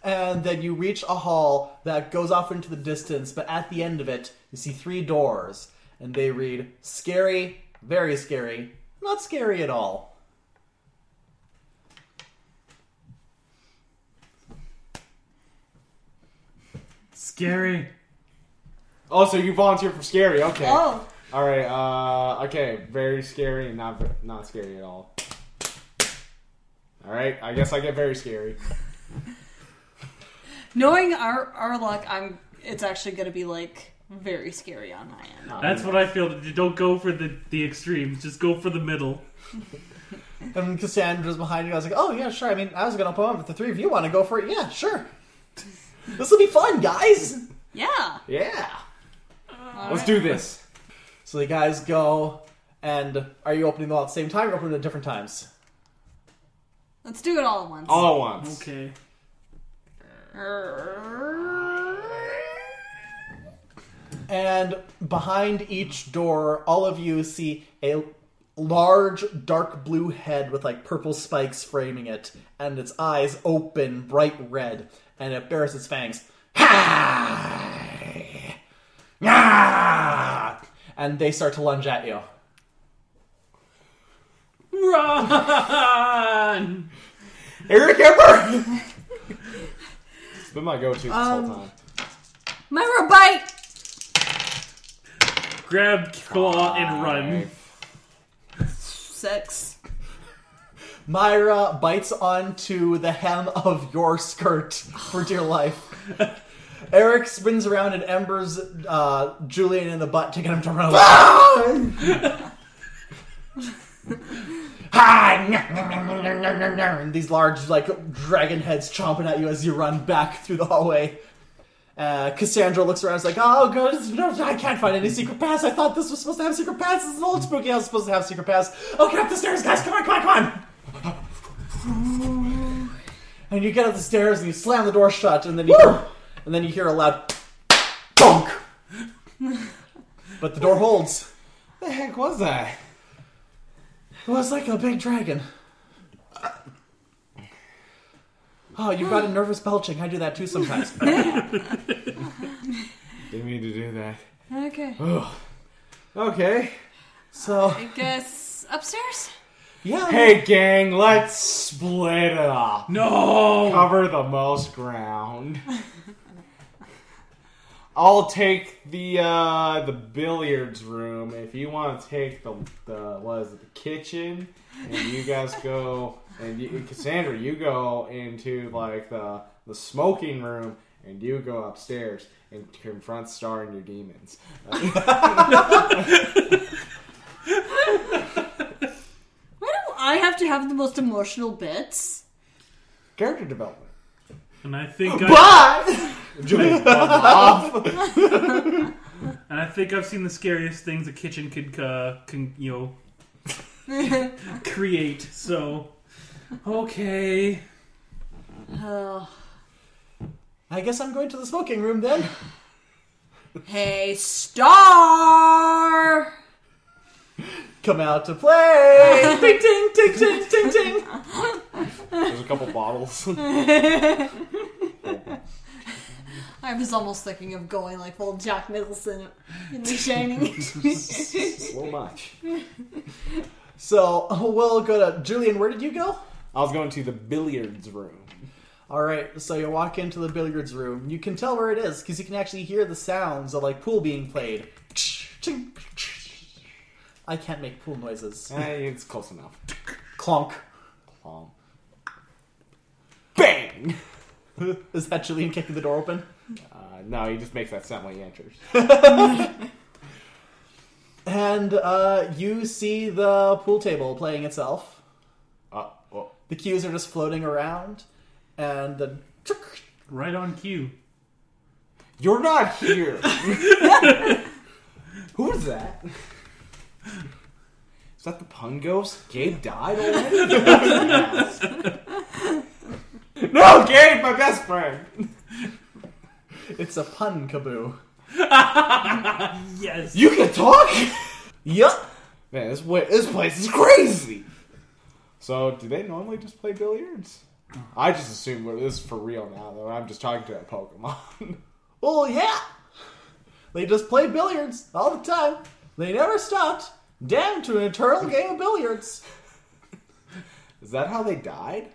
Speaker 1: and then you reach a hall that goes off into the distance. But at the end of it, you see three doors, and they read "scary," "very scary," "not scary at all."
Speaker 4: Scary.
Speaker 2: Oh, so you volunteer for scary. Okay.
Speaker 3: Oh,
Speaker 2: All right. Uh, okay. Very scary and not, ve- not scary at all. All right. I guess I get very scary.
Speaker 3: knowing our, our luck, I'm. It's actually going to be like very scary on my end.
Speaker 4: That's what I feel. Don't go for the the extremes. Just go for the middle.
Speaker 1: And Cassandra's behind you. I was like, "Oh yeah, sure." I mean, I was gonna put on, but the three of you want to go for it. Yeah, sure. [LAUGHS] This will be fun, guys.
Speaker 3: Yeah.
Speaker 2: Yeah.
Speaker 3: All
Speaker 2: Let's
Speaker 3: right.
Speaker 2: do this.
Speaker 1: So the guys go, and are you opening them all at the same time or opening them at different times?
Speaker 3: Let's do it all at once.
Speaker 2: All at once.
Speaker 4: Okay.
Speaker 1: And behind each door, all of you see a large dark blue head with like purple spikes framing it, and its eyes open bright red, and it bears its fangs. Hi! Ah! And they start to lunge at you.
Speaker 4: Run.
Speaker 2: Eric Ember! it's been my go to this whole time.
Speaker 3: Myra bite!
Speaker 4: Grab claw and run.
Speaker 3: Six.
Speaker 1: Myra bites onto the hem of your skirt for dear life. Eric spins around and embers uh, Julian in the butt to get him to run away. Ah, nyah, nyah, nyah, nyah, nyah, nyah, nyah, nyah. And These large, like, dragon heads chomping at you as you run back through the hallway. Uh, Cassandra looks around and is like, oh, God, it's- no, I can't find any secret pass. I thought this was supposed to have secret pass. This is old spooky house is supposed to have secret pass. Oh, get up the stairs, guys. Come on, come on, come on. And you get up the stairs and you slam the door shut, and then you hear, and then you hear a loud bonk. but the door holds.
Speaker 2: What the heck was that?
Speaker 1: It was like a big dragon. Oh, you've got a nervous belching. I do that too sometimes.
Speaker 2: Didn't mean to do that.
Speaker 3: Okay.
Speaker 2: Okay.
Speaker 1: so,
Speaker 3: I guess upstairs?
Speaker 1: yeah.
Speaker 2: Hey, gang, let's split up.
Speaker 4: No.
Speaker 2: Cover the most ground. I'll take the uh, the billiards room if you want to take the the what is it, the kitchen, and you guys go and you, Cassandra, you go into like the the smoking room, and you go upstairs and confront Star and your demons.
Speaker 3: Why do I have to have the most emotional bits?
Speaker 2: Character development.
Speaker 4: And I think I,
Speaker 2: But
Speaker 4: and I think I've seen the scariest things a kitchen could uh, can you know [LAUGHS] create. So okay.
Speaker 3: oh.
Speaker 1: I guess I'm going to the smoking room then.
Speaker 3: Hey, Star!
Speaker 1: Come out to play. [LAUGHS] ding, ding, ding, ding, ding, ding.
Speaker 2: there's a couple bottles.
Speaker 3: I was almost thinking of going like old Jack Nicholson in The Shining.
Speaker 2: It's a little much.
Speaker 1: So, we'll go to Julian. Where did you go?
Speaker 2: I was going to the billiards room.
Speaker 1: All right, so you walk into the billiards room. You can tell where it is because you can actually hear the sounds of like pool being played. I can't make pool noises.
Speaker 2: Eh, it's [LAUGHS] close enough.
Speaker 1: Clonk.
Speaker 2: Um, bang!
Speaker 1: Is that Julian kicking the door open?
Speaker 2: Uh, no, he just makes that sound when he enters.
Speaker 1: And uh, you see the pool table playing itself.
Speaker 2: Uh, well,
Speaker 1: The cues are just floating around, and the
Speaker 4: Right on cue.
Speaker 2: you're not here. Who is that? Is that the pun ghost? Gabe died already. no, Gabe, my best friend.
Speaker 1: it's a pun kaboo.
Speaker 4: Yes.
Speaker 2: You can talk.
Speaker 1: Yup.
Speaker 2: Man, this way, this place is crazy. So, do they normally just play billiards? I just assume we're- this is for real now, though. I'm just talking to a Pokemon. [LAUGHS]
Speaker 1: Well, Oh, yeah. They just play billiards all the time. They never stopped. Down to an eternal game of billiards.
Speaker 2: is that how they died?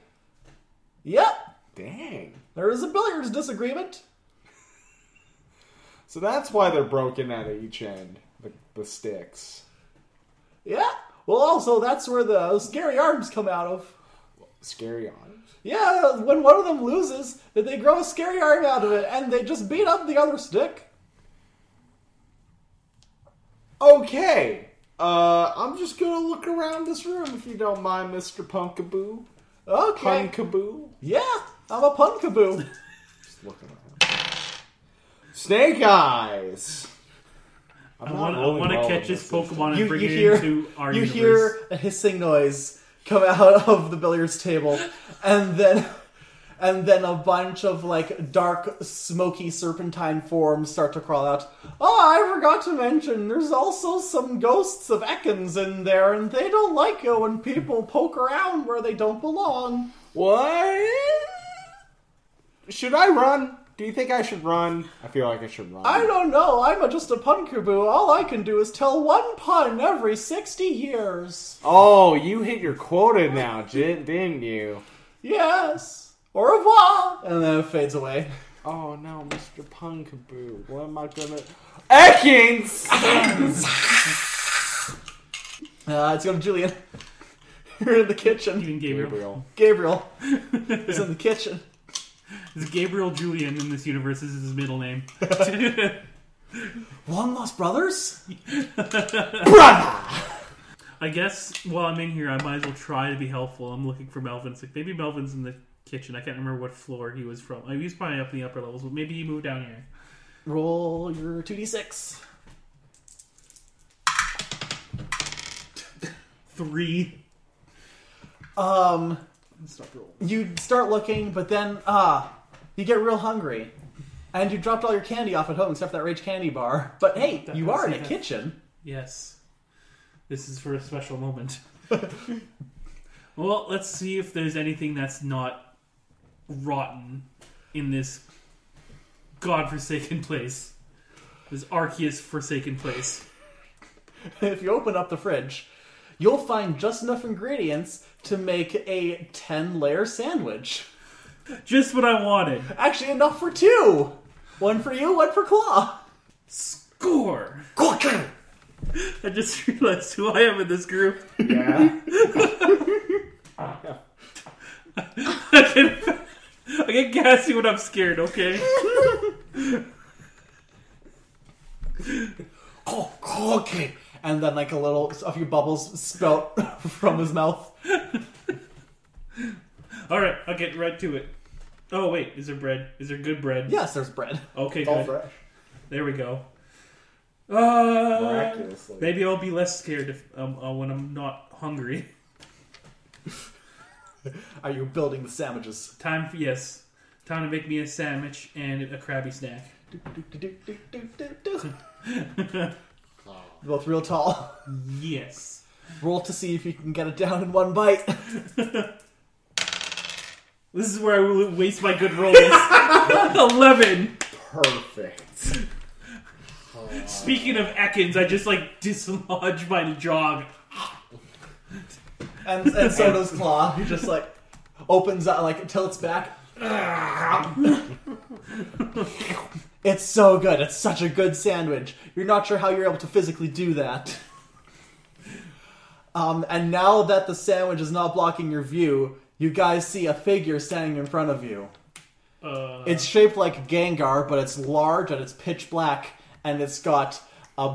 Speaker 1: Yep.
Speaker 2: Dang.
Speaker 1: There is a billiards disagreement.
Speaker 2: So that's why they're broken at each end, the, the sticks.
Speaker 1: Yeah. Well, also that's where the scary arms come out of.
Speaker 2: Scary arms.
Speaker 1: Yeah, when one of them loses, they grow a scary arm out of it, and they just beat up the other stick.
Speaker 2: Okay. Uh, I'm just gonna look around this room if you don't mind, Mr. Punkaboo.
Speaker 1: Okay.
Speaker 2: Punkaboo.
Speaker 1: Yeah, I'm a pun kaboo.
Speaker 2: Just looking around. Snake eyes. I'm
Speaker 4: I
Speaker 2: not
Speaker 4: want. I
Speaker 2: rolling
Speaker 4: want to
Speaker 2: well
Speaker 4: catch
Speaker 2: in
Speaker 4: this
Speaker 2: thing.
Speaker 4: Pokemon and
Speaker 1: you
Speaker 4: bring
Speaker 1: you
Speaker 4: it
Speaker 1: hear
Speaker 4: into our
Speaker 1: you
Speaker 4: universe.
Speaker 1: hear a hissing noise come out [LAUGHS] of the billiards table, and then and then a bunch of like dark, smoky serpentine forms start to crawl out. Oh, I forgot to mention, there's also some ghosts of Ekans in there, and they don't like it when people poke around where they don't belong.
Speaker 2: What? Should I run? Do you think I should run? I feel like I should run.
Speaker 1: I don't know. I'm a, just a pun kaboo. All I can do is tell one pun every sixty years.
Speaker 2: Oh, you hit your quota now, Jit, didn't you?
Speaker 1: Yes. Au revoir. And then it fades away.
Speaker 2: Oh no, Mr. Punkaboo. What am I gonna? Ekins.
Speaker 1: Uh, it's going to Julian. [LAUGHS] You're in the kitchen.
Speaker 4: Even Gabriel.
Speaker 2: Gabriel.
Speaker 1: Gabriel is in the kitchen.
Speaker 4: Is Gabriel Julian in this universe? This is his
Speaker 1: [LAUGHS]
Speaker 4: middle name. [LAUGHS]
Speaker 1: Long lost brothers?
Speaker 4: I guess while I'm in here, I might as well try to be helpful. I'm looking for Melvin. It's like maybe Melvin's in the kitchen. I can't remember what floor he was from. He was probably up in the upper levels, but maybe he moved down here.
Speaker 1: Roll your 2d6.
Speaker 4: Three.
Speaker 1: Um,
Speaker 4: Stop rolling.
Speaker 1: you start looking, but then, ah, you get real hungry. And you dropped all your candy off at home except that Rage Candy Bar. But hey,
Speaker 4: That
Speaker 1: you are in
Speaker 4: doesn't
Speaker 1: a
Speaker 4: have-
Speaker 1: kitchen. [LAUGHS]
Speaker 4: Yes. This is for a special [LAUGHS] moment. well, let's see if there's anything that's not rotten in this godforsaken place. This Arceus forsaken place.
Speaker 1: if you open up the fridge, you'll find just enough ingredients to make a 10 layer sandwich.
Speaker 4: Just what I wanted.
Speaker 1: Actually, enough for two! One for you, one for Claw.
Speaker 4: Score!
Speaker 1: Quack!
Speaker 4: I just [LAUGHS] realized who I am in this group. [LAUGHS]
Speaker 2: Yeah.
Speaker 4: I get, I get gassy when I'm scared, okay?
Speaker 1: Oh, okay. And then, like, a little, a few bubbles spout [LAUGHS] from his mouth.
Speaker 4: Alright, I'll get right to it. Oh, wait, is there bread? Is there good bread?
Speaker 1: Yes, there's bread.
Speaker 4: Okay,
Speaker 2: All
Speaker 4: good.
Speaker 2: fresh.
Speaker 4: There we go. Uh,
Speaker 2: Miraculously.
Speaker 4: maybe I'll be less scared if, um, uh, when I'm not hungry. [LAUGHS]
Speaker 1: Are you building the
Speaker 4: [LAUGHS]
Speaker 1: sandwiches?
Speaker 4: Time for yes. Time to make me a sandwich and a crabby snack.
Speaker 1: Both real tall.
Speaker 4: Yes.
Speaker 1: Roll to see if you can get it down in one bite.
Speaker 4: This is where I will waste my good rolls. [LAUGHS] Eleven.
Speaker 2: Perfect.
Speaker 4: Speaking of Ekans, I just like dislodge my jaw.
Speaker 1: And, and so does Claw. He just, like, opens up, like, tilts back. It's so good. It's such a good sandwich. You're not sure how you're able to physically do that. Um, and now that the sandwich is not blocking your view, you guys see a figure standing in front of you.
Speaker 4: Uh,
Speaker 1: It's shaped like Gengar, but it's large and it's pitch black, and it's got a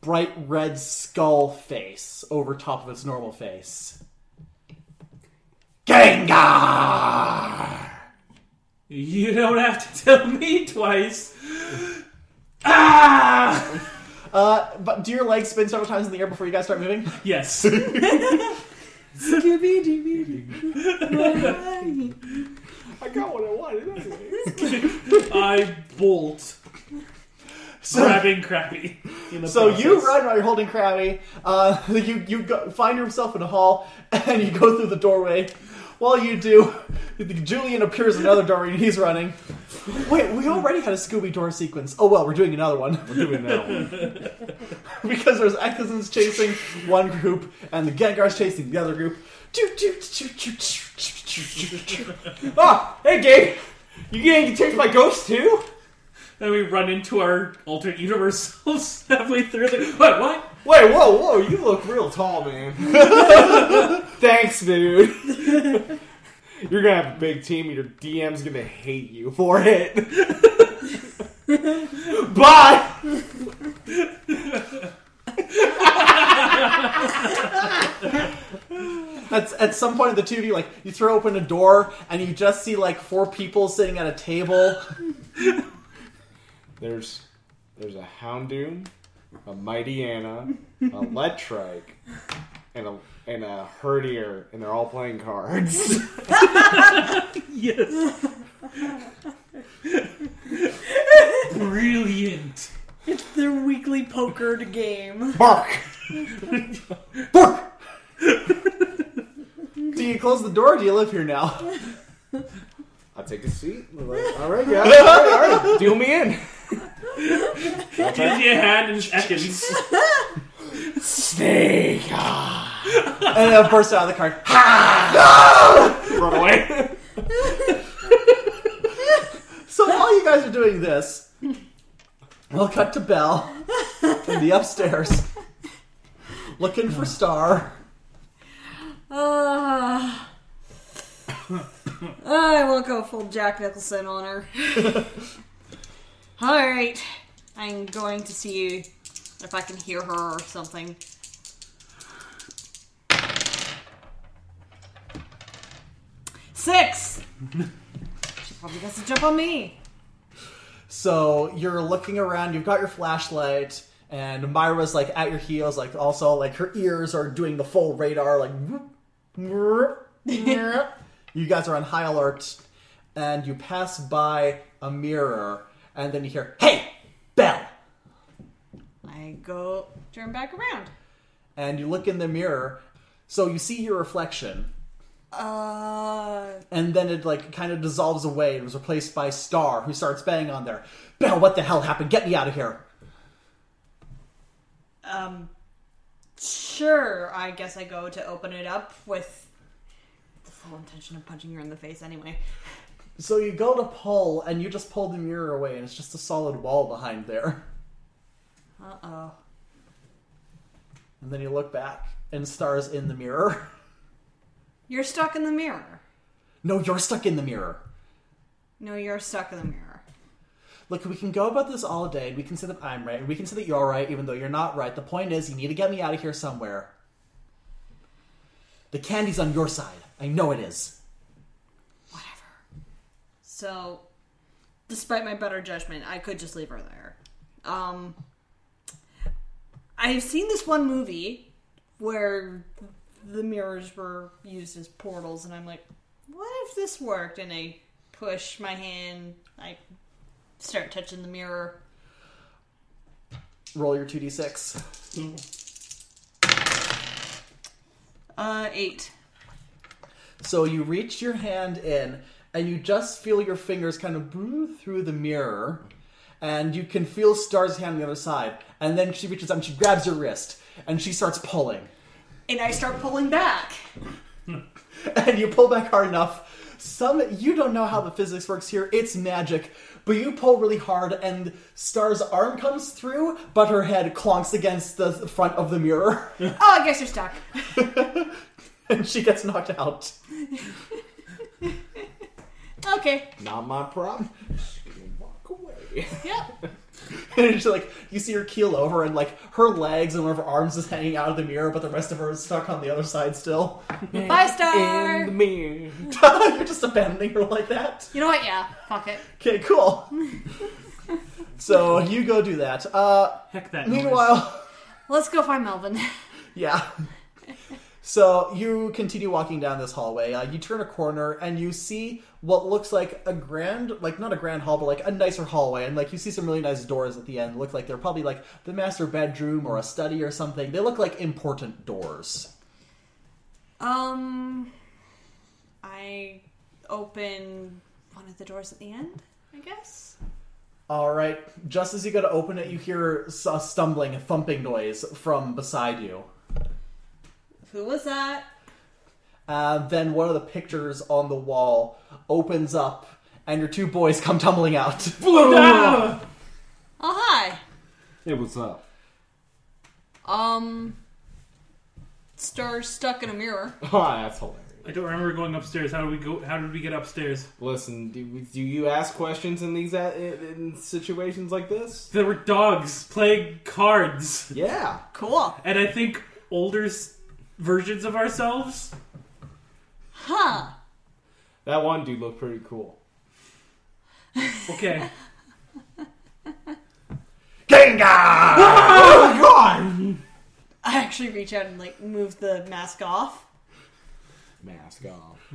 Speaker 1: bright red skull face over top of its normal face. Gengar!
Speaker 4: you don't have to tell me twice. ah.
Speaker 1: Uh, but do your legs spin several times in the air before you guys start moving? [LAUGHS]
Speaker 4: Yes.
Speaker 2: I got what I wanted anyway.
Speaker 4: I bolt,
Speaker 1: So,
Speaker 4: grabbing Krabby. in the
Speaker 1: so you
Speaker 4: process.
Speaker 1: run while you're holding Krabby. Uh, [LAUGHS] you you go, find yourself in a hall, [LAUGHS] and you go through the doorway. While you do, Julian appears in another doorway, and he's running. Wait, we already had a Scooby Door sequence. Oh well, we're doing another one. [LAUGHS]
Speaker 2: We're doing that one.
Speaker 1: because there's Ekans chasing one group and the Gengar's chasing the other group.
Speaker 2: Ah, hey, Gabe. You getting to chase my ghost too?
Speaker 4: Then we run into our alternate universe [LAUGHS] halfway through. Like, what? What?
Speaker 2: Wait, whoa, whoa! You look real tall, man. [LAUGHS] Thanks, dude. [LAUGHS] You're gonna have a big team. and Your DM's gonna hate you for it. [LAUGHS] Bye.
Speaker 1: [LAUGHS] At, at some point, the two of you like you throw open a door and you just see like four people sitting at a table.
Speaker 2: There's, there's a Houndoom, a Mighty Anna, a Letrike, and a and a Herdier, and they're all playing cards.
Speaker 4: Yes. Brilliant.
Speaker 3: It's their weekly poker game.
Speaker 2: [LAUGHS] Bark.
Speaker 1: Bark! do you close the door? Or do you live here now? [LAUGHS]
Speaker 2: I'll take a seat. All right, guys. All right, all right. Deal me in.
Speaker 4: Gives you a hand and seconds. [LAUGHS]
Speaker 2: Snake.
Speaker 1: And then bursts out of the card.
Speaker 2: Run away.
Speaker 1: So while you guys are doing this, we'll cut to Belle in the upstairs, looking for Star.
Speaker 3: Uh, [COUGHS] Ah, I won't go full Jack Nicholson on her. Alright, I'm going to see if I can hear her or something. Six! She probably got to jump on me.
Speaker 1: So you're looking around, you've got your flashlight, and Myra's like at your heels, like also like her ears are doing the full radar, like whoop, whoop, whoop. you guys are on high alert, and you pass by a mirror, and then you hear, Hey, Belle!
Speaker 3: I go turn back around.
Speaker 1: And you look in the mirror, so you see your reflection,
Speaker 3: Uh,
Speaker 1: and then it like kind of dissolves away and was replaced by Star, who starts banging on there. Bell, what the hell happened? Get me out of here!
Speaker 3: um, sure. I guess I go to open it up with the full intention of punching her in the face anyway.
Speaker 1: So you go to pull, and you just pull the mirror away, and it's just a solid wall behind there.
Speaker 3: Uh oh.
Speaker 1: And then you look back, and Star's in the mirror.
Speaker 3: You're stuck in the mirror.
Speaker 1: No, you're stuck in the mirror.
Speaker 3: No, you're stuck in the mirror.
Speaker 1: Look, we can go about this all day, and we can say that I'm right, and we can say that you're right, even though you're not right. The point is, you need to get me out of here somewhere. The candy's on your side. I know it is.
Speaker 3: Whatever. So, despite my better judgment, I could just leave her there. Um, I've seen this one movie where the mirrors were used as portals, and I'm like, what if this worked? And I push my hand, I start touching the mirror.
Speaker 1: Roll your 2d6.
Speaker 3: Uh, eight.
Speaker 1: So you reach your hand in, and you just feel your fingers kind of brew through the mirror, and you can feel Star's hand on the other side. And then she reaches out and she grabs your wrist, and she starts pulling. [LAUGHS]
Speaker 3: And I start pulling back.
Speaker 1: And you pull back hard enough. Some you don't know how the physics works here. It's magic. But you pull really hard, and Star's arm comes through, but her head clonks against the front of the mirror, [LAUGHS]
Speaker 3: Oh, I guess you're stuck.
Speaker 1: and she gets knocked out.
Speaker 3: Okay.
Speaker 2: Not my problem. Walk away. [LAUGHS]
Speaker 3: Yep.
Speaker 1: [LAUGHS] And she like you see her keel over and like her legs and one of her arms is hanging out of the mirror, but the rest of her is stuck on the other side still. [LAUGHS]
Speaker 3: Bye, Star.
Speaker 2: In the mirror.
Speaker 1: You're just abandoning her like that.
Speaker 3: You know what? Yeah. Fuck it.
Speaker 1: Okay, cool. so you go do that. Uh,
Speaker 4: Heck that. noise.
Speaker 1: meanwhile,
Speaker 3: Let's go find Melvin. [LAUGHS]
Speaker 1: yeah. So you continue walking down this hallway. Uh, you turn a corner and you see what looks like a grand, like not a grand hall, but like a nicer hallway. And like you see some really nice doors at the end. Look like they're probably like the master bedroom or a study or something. They look like important doors.
Speaker 3: Um, I open one of the doors at the end, I guess.
Speaker 1: All right. Just as you go to open it, you hear s- a stumbling, a thumping noise from beside you.
Speaker 3: Who was that?
Speaker 1: Uh, then one of the pictures on the wall opens up, and your two boys come tumbling out. [LAUGHS]
Speaker 4: Ah!
Speaker 3: Oh, hi.
Speaker 2: Hey, what's up? [LAUGHS]
Speaker 3: Um, star stuck in a mirror.
Speaker 2: Oh, that's hilarious.
Speaker 4: I don't remember going upstairs. How did we go? How did we get upstairs?
Speaker 2: Listen, do, do you ask questions in these a- in, in situations like this?
Speaker 4: There were dogs playing cards.
Speaker 2: Yeah.
Speaker 3: Cool.
Speaker 4: And I think older s- versions of ourselves.
Speaker 3: Huh.
Speaker 2: That one dude looked pretty cool.
Speaker 1: [LAUGHS]
Speaker 4: Okay.
Speaker 1: Gengar!
Speaker 2: Oh my god!
Speaker 3: I actually reach out and, like, move the mask off.
Speaker 2: Mask off.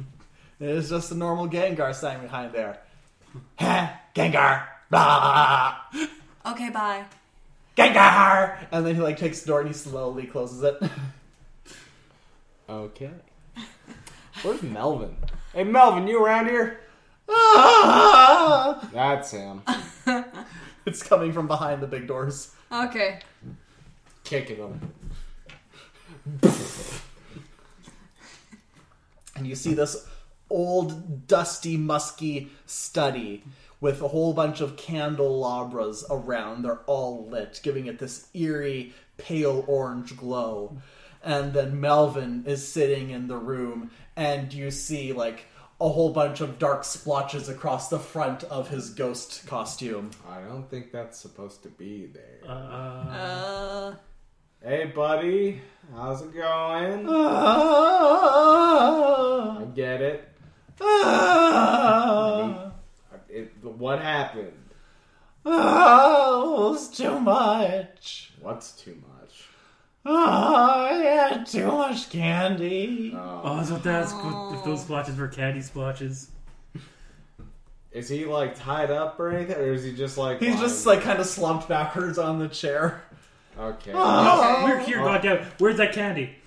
Speaker 1: It's just a normal Gengar standing behind there. [LAUGHS] Ha! Gengar! Blah!
Speaker 3: Okay, bye.
Speaker 1: Gengar! And then he like takes the door and he slowly closes it. [LAUGHS]
Speaker 2: Okay. Where's Melvin? Hey, Melvin, you around here?
Speaker 1: Ah!
Speaker 2: That's him.
Speaker 1: it's coming from behind the big doors.
Speaker 3: Okay.
Speaker 2: Kicking him.
Speaker 1: and you see this old, dusty, musky study with a whole bunch of candelabras around. They're all lit, giving it this eerie, pale orange glow. And then Melvin is sitting in the room, and you see like a whole bunch of dark splotches across the front of his ghost costume.
Speaker 2: I don't think that's supposed to be there.
Speaker 4: Uh,
Speaker 3: Uh,
Speaker 2: Hey, buddy. How's it going?
Speaker 1: Ah!
Speaker 2: I get it.
Speaker 1: Ah!
Speaker 2: it what happened?
Speaker 1: Oh, it's too much.
Speaker 2: What's too much?
Speaker 1: Oh, I had too much candy.
Speaker 2: Um,
Speaker 4: oh, I was about to ask what,
Speaker 1: Oh.
Speaker 4: if those splotches were candy splotches.
Speaker 2: Is he like tied up or anything, or is he just like
Speaker 1: He's
Speaker 2: lying?
Speaker 1: just like kind of slumped backwards on the chair.
Speaker 2: okay?
Speaker 1: Oh,
Speaker 4: We're here, goddamn. Where's that candy?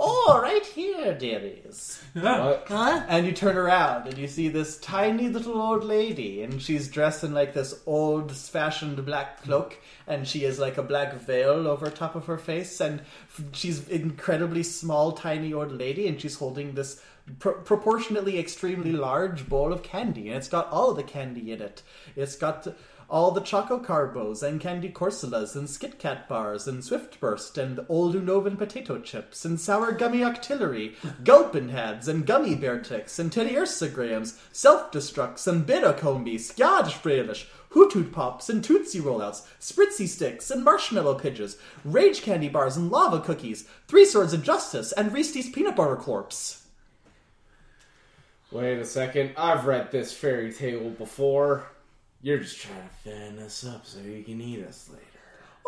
Speaker 1: Oh, right here, dearies.
Speaker 4: Ah.
Speaker 2: What?
Speaker 3: [LAUGHS] Huh?
Speaker 1: And you turn around and you see this tiny little old lady, and she's dressed in like this old fashioned black cloak, and she has like a black veil over top of her face, and f- she's incredibly small, tiny old lady, and she's holding this pr- proportionately extremely large bowl of candy, and it's got all of the candy in it. It's got all the Choco Carbos and Candy Corsolas and Skit Kat bars and Swift Burst and Old Unovan potato chips and Sour Gummy Octillery, Gulpin Heads and Gummy Bear Ticks and Teddy Ursagrams, Self Destructs and Bitacombi, Skjadfrelish, Hootoot Pops and Tootsie Rollouts, Spritzy Sticks and Marshmallow Pidges, Rage Candy Bars and Lava Cookies, Three Swords of Justice and Reese's Peanut Butter Corpse.
Speaker 2: Wait a second. I've read this fairy tale before. You're just trying to fan us up so you can eat us later.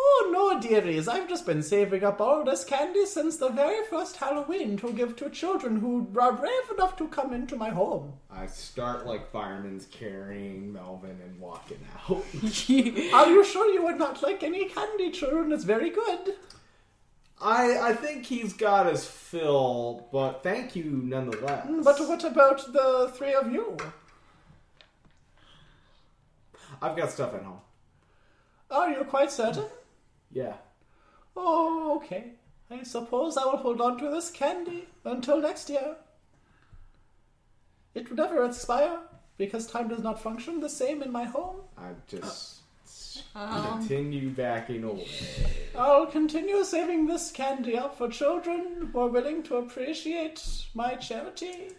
Speaker 1: Oh no, dearies, I've just been saving up all this candy since the very first Halloween to give to children who are brave enough to come into my home.
Speaker 2: I start like firemen's carrying Melvin and walking out. [LAUGHS]
Speaker 1: Are you sure you would not like any candy, children? It's very good.
Speaker 2: I I think he's got his fill, but thank you nonetheless.
Speaker 1: Mm, But what about the three of you?
Speaker 2: I've got stuff at home.
Speaker 1: Are you quite certain?
Speaker 2: Yeah.
Speaker 1: Oh, okay. I suppose I will hold on to this candy until next year. It will never expire because time does not function the same in my home.
Speaker 2: I just
Speaker 3: Um.
Speaker 2: continue backing away.
Speaker 1: I'll continue saving this candy up for children who are willing to appreciate my charity.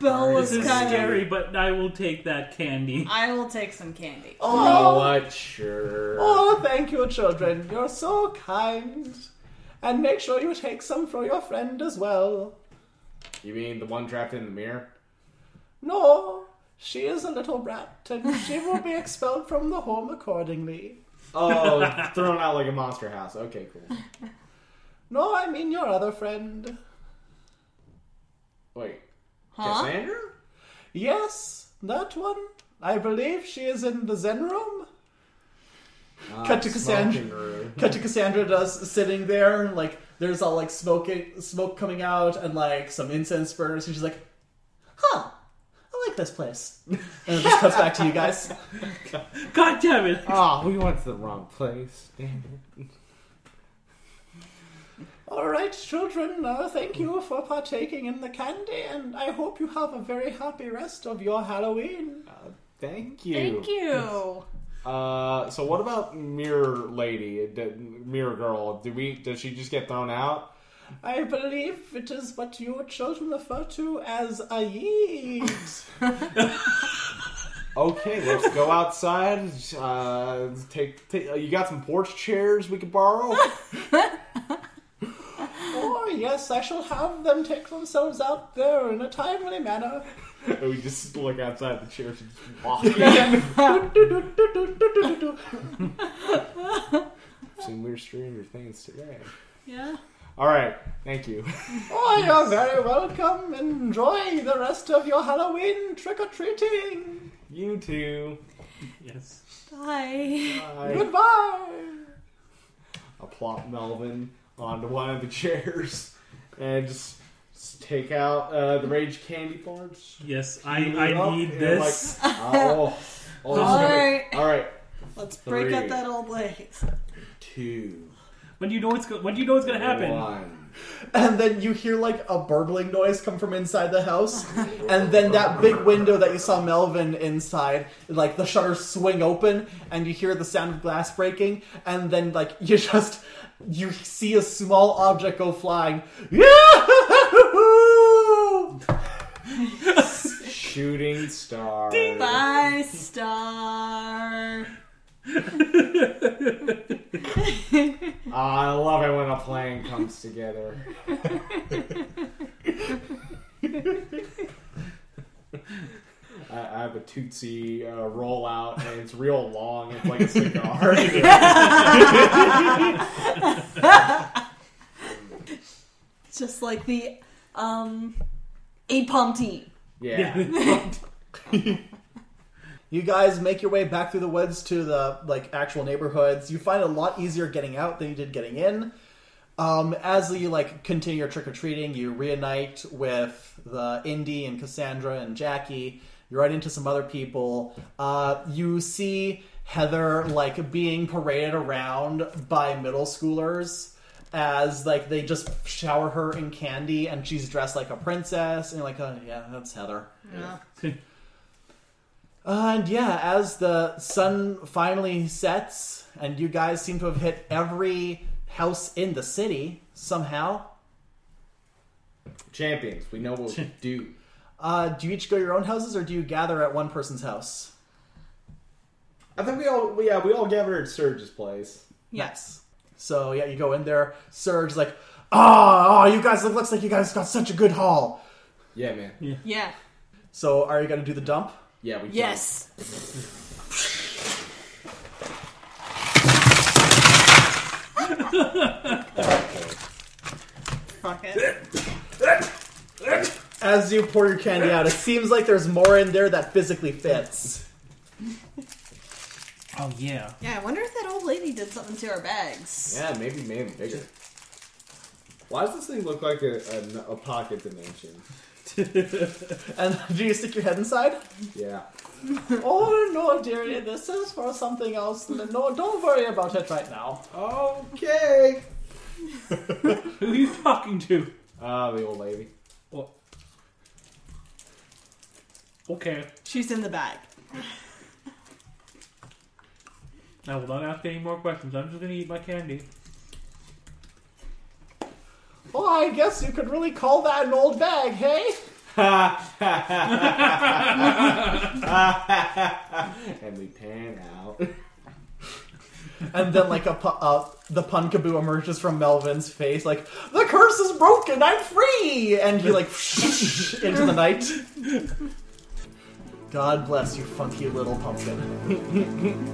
Speaker 3: Bell was
Speaker 4: This is
Speaker 3: kind of.
Speaker 4: scary, but I will take that candy. [LAUGHS]
Speaker 3: I will take some candy.
Speaker 2: You know what? Sure.
Speaker 1: Oh, thank you, children. You're so kind. And make sure you take some for your friend as well.
Speaker 2: You mean the one trapped in the mirror?
Speaker 1: No, she is a little brat, and she will
Speaker 2: [LAUGHS]
Speaker 1: be expelled from the home accordingly.
Speaker 2: Oh, thrown out like a monster house. Okay, cool.
Speaker 1: No, I mean your other friend.
Speaker 2: Wait,
Speaker 3: Huh?
Speaker 2: Cassandra?
Speaker 1: Yes, that one. I believe she is in the Zen room.
Speaker 2: Ah,
Speaker 1: Cut to Cassandra.
Speaker 2: smoking room.
Speaker 1: Cut to Cassandra does sitting there, and, like there's all like smoking smoke coming out and like some incense burners, and she's like, "Huh, I like this place." And it just cuts back to you guys.
Speaker 4: God damn it!
Speaker 2: Oh, we went to the wrong place. Damn it.
Speaker 1: [LAUGHS] All right, children, uh, thank you for partaking in the candy, and I hope you have a very happy rest of your Halloween.
Speaker 2: Thank you.
Speaker 3: Thank you.
Speaker 2: Uh, so what about Mirror Lady, d- Mirror Girl? Do we? Does she just get thrown out?
Speaker 1: I believe it is what you children refer to as a yeet. [LAUGHS]
Speaker 2: Okay, let's [LAUGHS] go outside. Uh, take, take uh, you got some porch chairs we could [LAUGHS] borrow.
Speaker 1: oh yes, I shall have them take themselves out there in a timely [LAUGHS] manner.
Speaker 2: and we just look outside the chairs and just [LAUGHS] walk. Some weird stranger things today.
Speaker 3: Yeah.
Speaker 2: All right, thank you.
Speaker 1: Oh, you're very welcome. Enjoy the rest of your Halloween trick or treating.
Speaker 2: You too.
Speaker 4: Yes.
Speaker 3: Bye.
Speaker 2: Bye.
Speaker 1: Goodbye.
Speaker 2: I'll plop Melvin onto one of the chairs and just, just take out uh, the rage candy bars.
Speaker 1: [LAUGHS]
Speaker 4: Yes,
Speaker 2: Heat it
Speaker 4: I,
Speaker 2: up,
Speaker 4: I need
Speaker 2: and
Speaker 4: this.
Speaker 2: Like, oh, oh, this is gonna be-
Speaker 3: Alright.
Speaker 2: all right.
Speaker 3: Let's break
Speaker 2: Three.
Speaker 3: up that old lace.
Speaker 2: Two.
Speaker 4: When do you know what's go- when do you know what's gonna happen?
Speaker 2: One.
Speaker 1: And then you hear like a burbling noise come from inside the house, and then that big window that you saw Melvin inside, like the shutters swing open, and you hear the sound of glass breaking, and then like [LAUGHS] you just you see a small object go flying. [LAUGHS] Yahoo!
Speaker 2: Shooting star.
Speaker 3: Bye, star.
Speaker 2: I love it when a plan comes together. I, I have a Tootsie uh, rollout, and it's real long. It's like a cigar.
Speaker 3: Just like the um, A Palm team.
Speaker 2: yeah.
Speaker 1: You guys make your way back through the woods to the like actual neighborhoods. You find it a lot easier getting out than you did getting in. Um, as you like continue your trick or treating, you reunite with the Indy and Cassandra and Jackie. You run into some other people. Uh, you see Heather like being paraded around by middle schoolers as like they just shower her in candy and she's dressed like a princess and you're like oh yeah that's Heather.
Speaker 3: Yeah.
Speaker 1: And yeah, as the sun finally sets, and you guys seem to have hit every house in the city somehow,
Speaker 2: Champions, we know what we do.
Speaker 1: uh, do you each go to your own houses or do you gather at one person's house?
Speaker 2: I think we all, yeah, we all gathered at Surge's place.
Speaker 1: Yes. So yeah, you go in there. Serge's like, ah, oh, you guys, it looks like you guys got such a good haul.
Speaker 2: Yeah, man. Yeah,
Speaker 3: Yeah.
Speaker 1: So are you going to do the dump?
Speaker 2: we. can.
Speaker 3: Yes. Fuck it.
Speaker 1: As you pour your candy out, it seems like there's more in there that physically fits.
Speaker 4: [LAUGHS] Oh yeah.
Speaker 3: Yeah, I wonder if that old lady did something to our bags.
Speaker 2: Yeah, maybe made them bigger. Why does this thing look like a, a, a pocket dimension?
Speaker 1: And [LAUGHS] do you stick your head inside?
Speaker 2: Yeah.
Speaker 1: Oh no, dearie, this is for something else. No, don't worry about it right now.
Speaker 2: Okay.
Speaker 4: Who are you talking to?
Speaker 2: Ah, the old lady.
Speaker 4: Well, okay.
Speaker 3: She's in the bag.
Speaker 4: I will not ask any more questions. I'm just gonna eat my candy.
Speaker 1: Oh, I guess you could really call that an old bag, hey?
Speaker 2: [LAUGHS] And we pan out.
Speaker 1: And then, like, a pu- uh, the punkaboo emerges from Melvin's face, like, the curse is broken, I'm free! And he, like, [LAUGHS] into the night. God bless you, funky little pumpkin.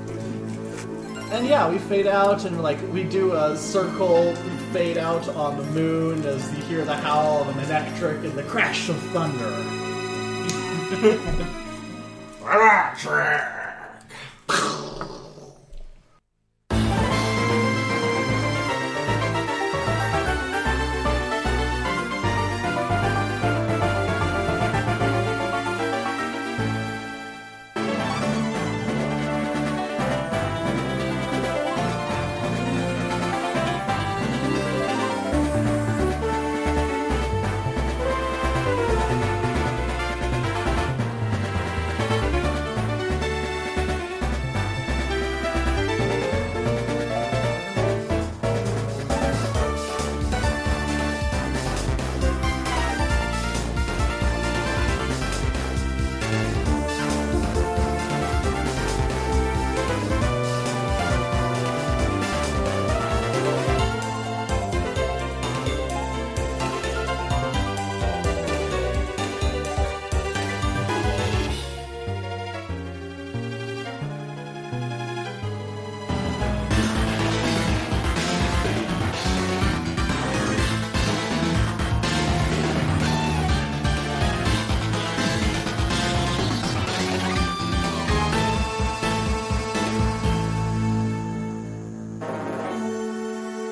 Speaker 1: and yeah, we fade out and, like, we do a circle, we fade out on the moon as you hear the howl of an electric and the crash of thunder.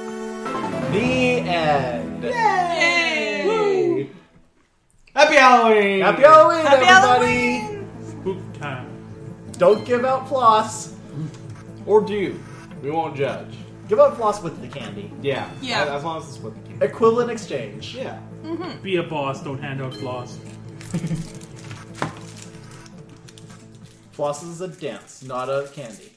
Speaker 1: The end.
Speaker 3: Yay!
Speaker 2: Happy Halloween!
Speaker 1: Happy Halloween,
Speaker 3: Happy
Speaker 1: everybody!
Speaker 3: Halloween!
Speaker 4: Poop time.
Speaker 1: Don't give out floss.
Speaker 2: Or do. We won't judge.
Speaker 1: Give out floss with the candy.
Speaker 2: Yeah.
Speaker 3: Yeah.
Speaker 2: As, as long as it's what the can.
Speaker 1: Equivalent exchange.
Speaker 2: Yeah.
Speaker 4: Be a boss. Don't hand out flaws.
Speaker 1: Floss is a dance, not a candy.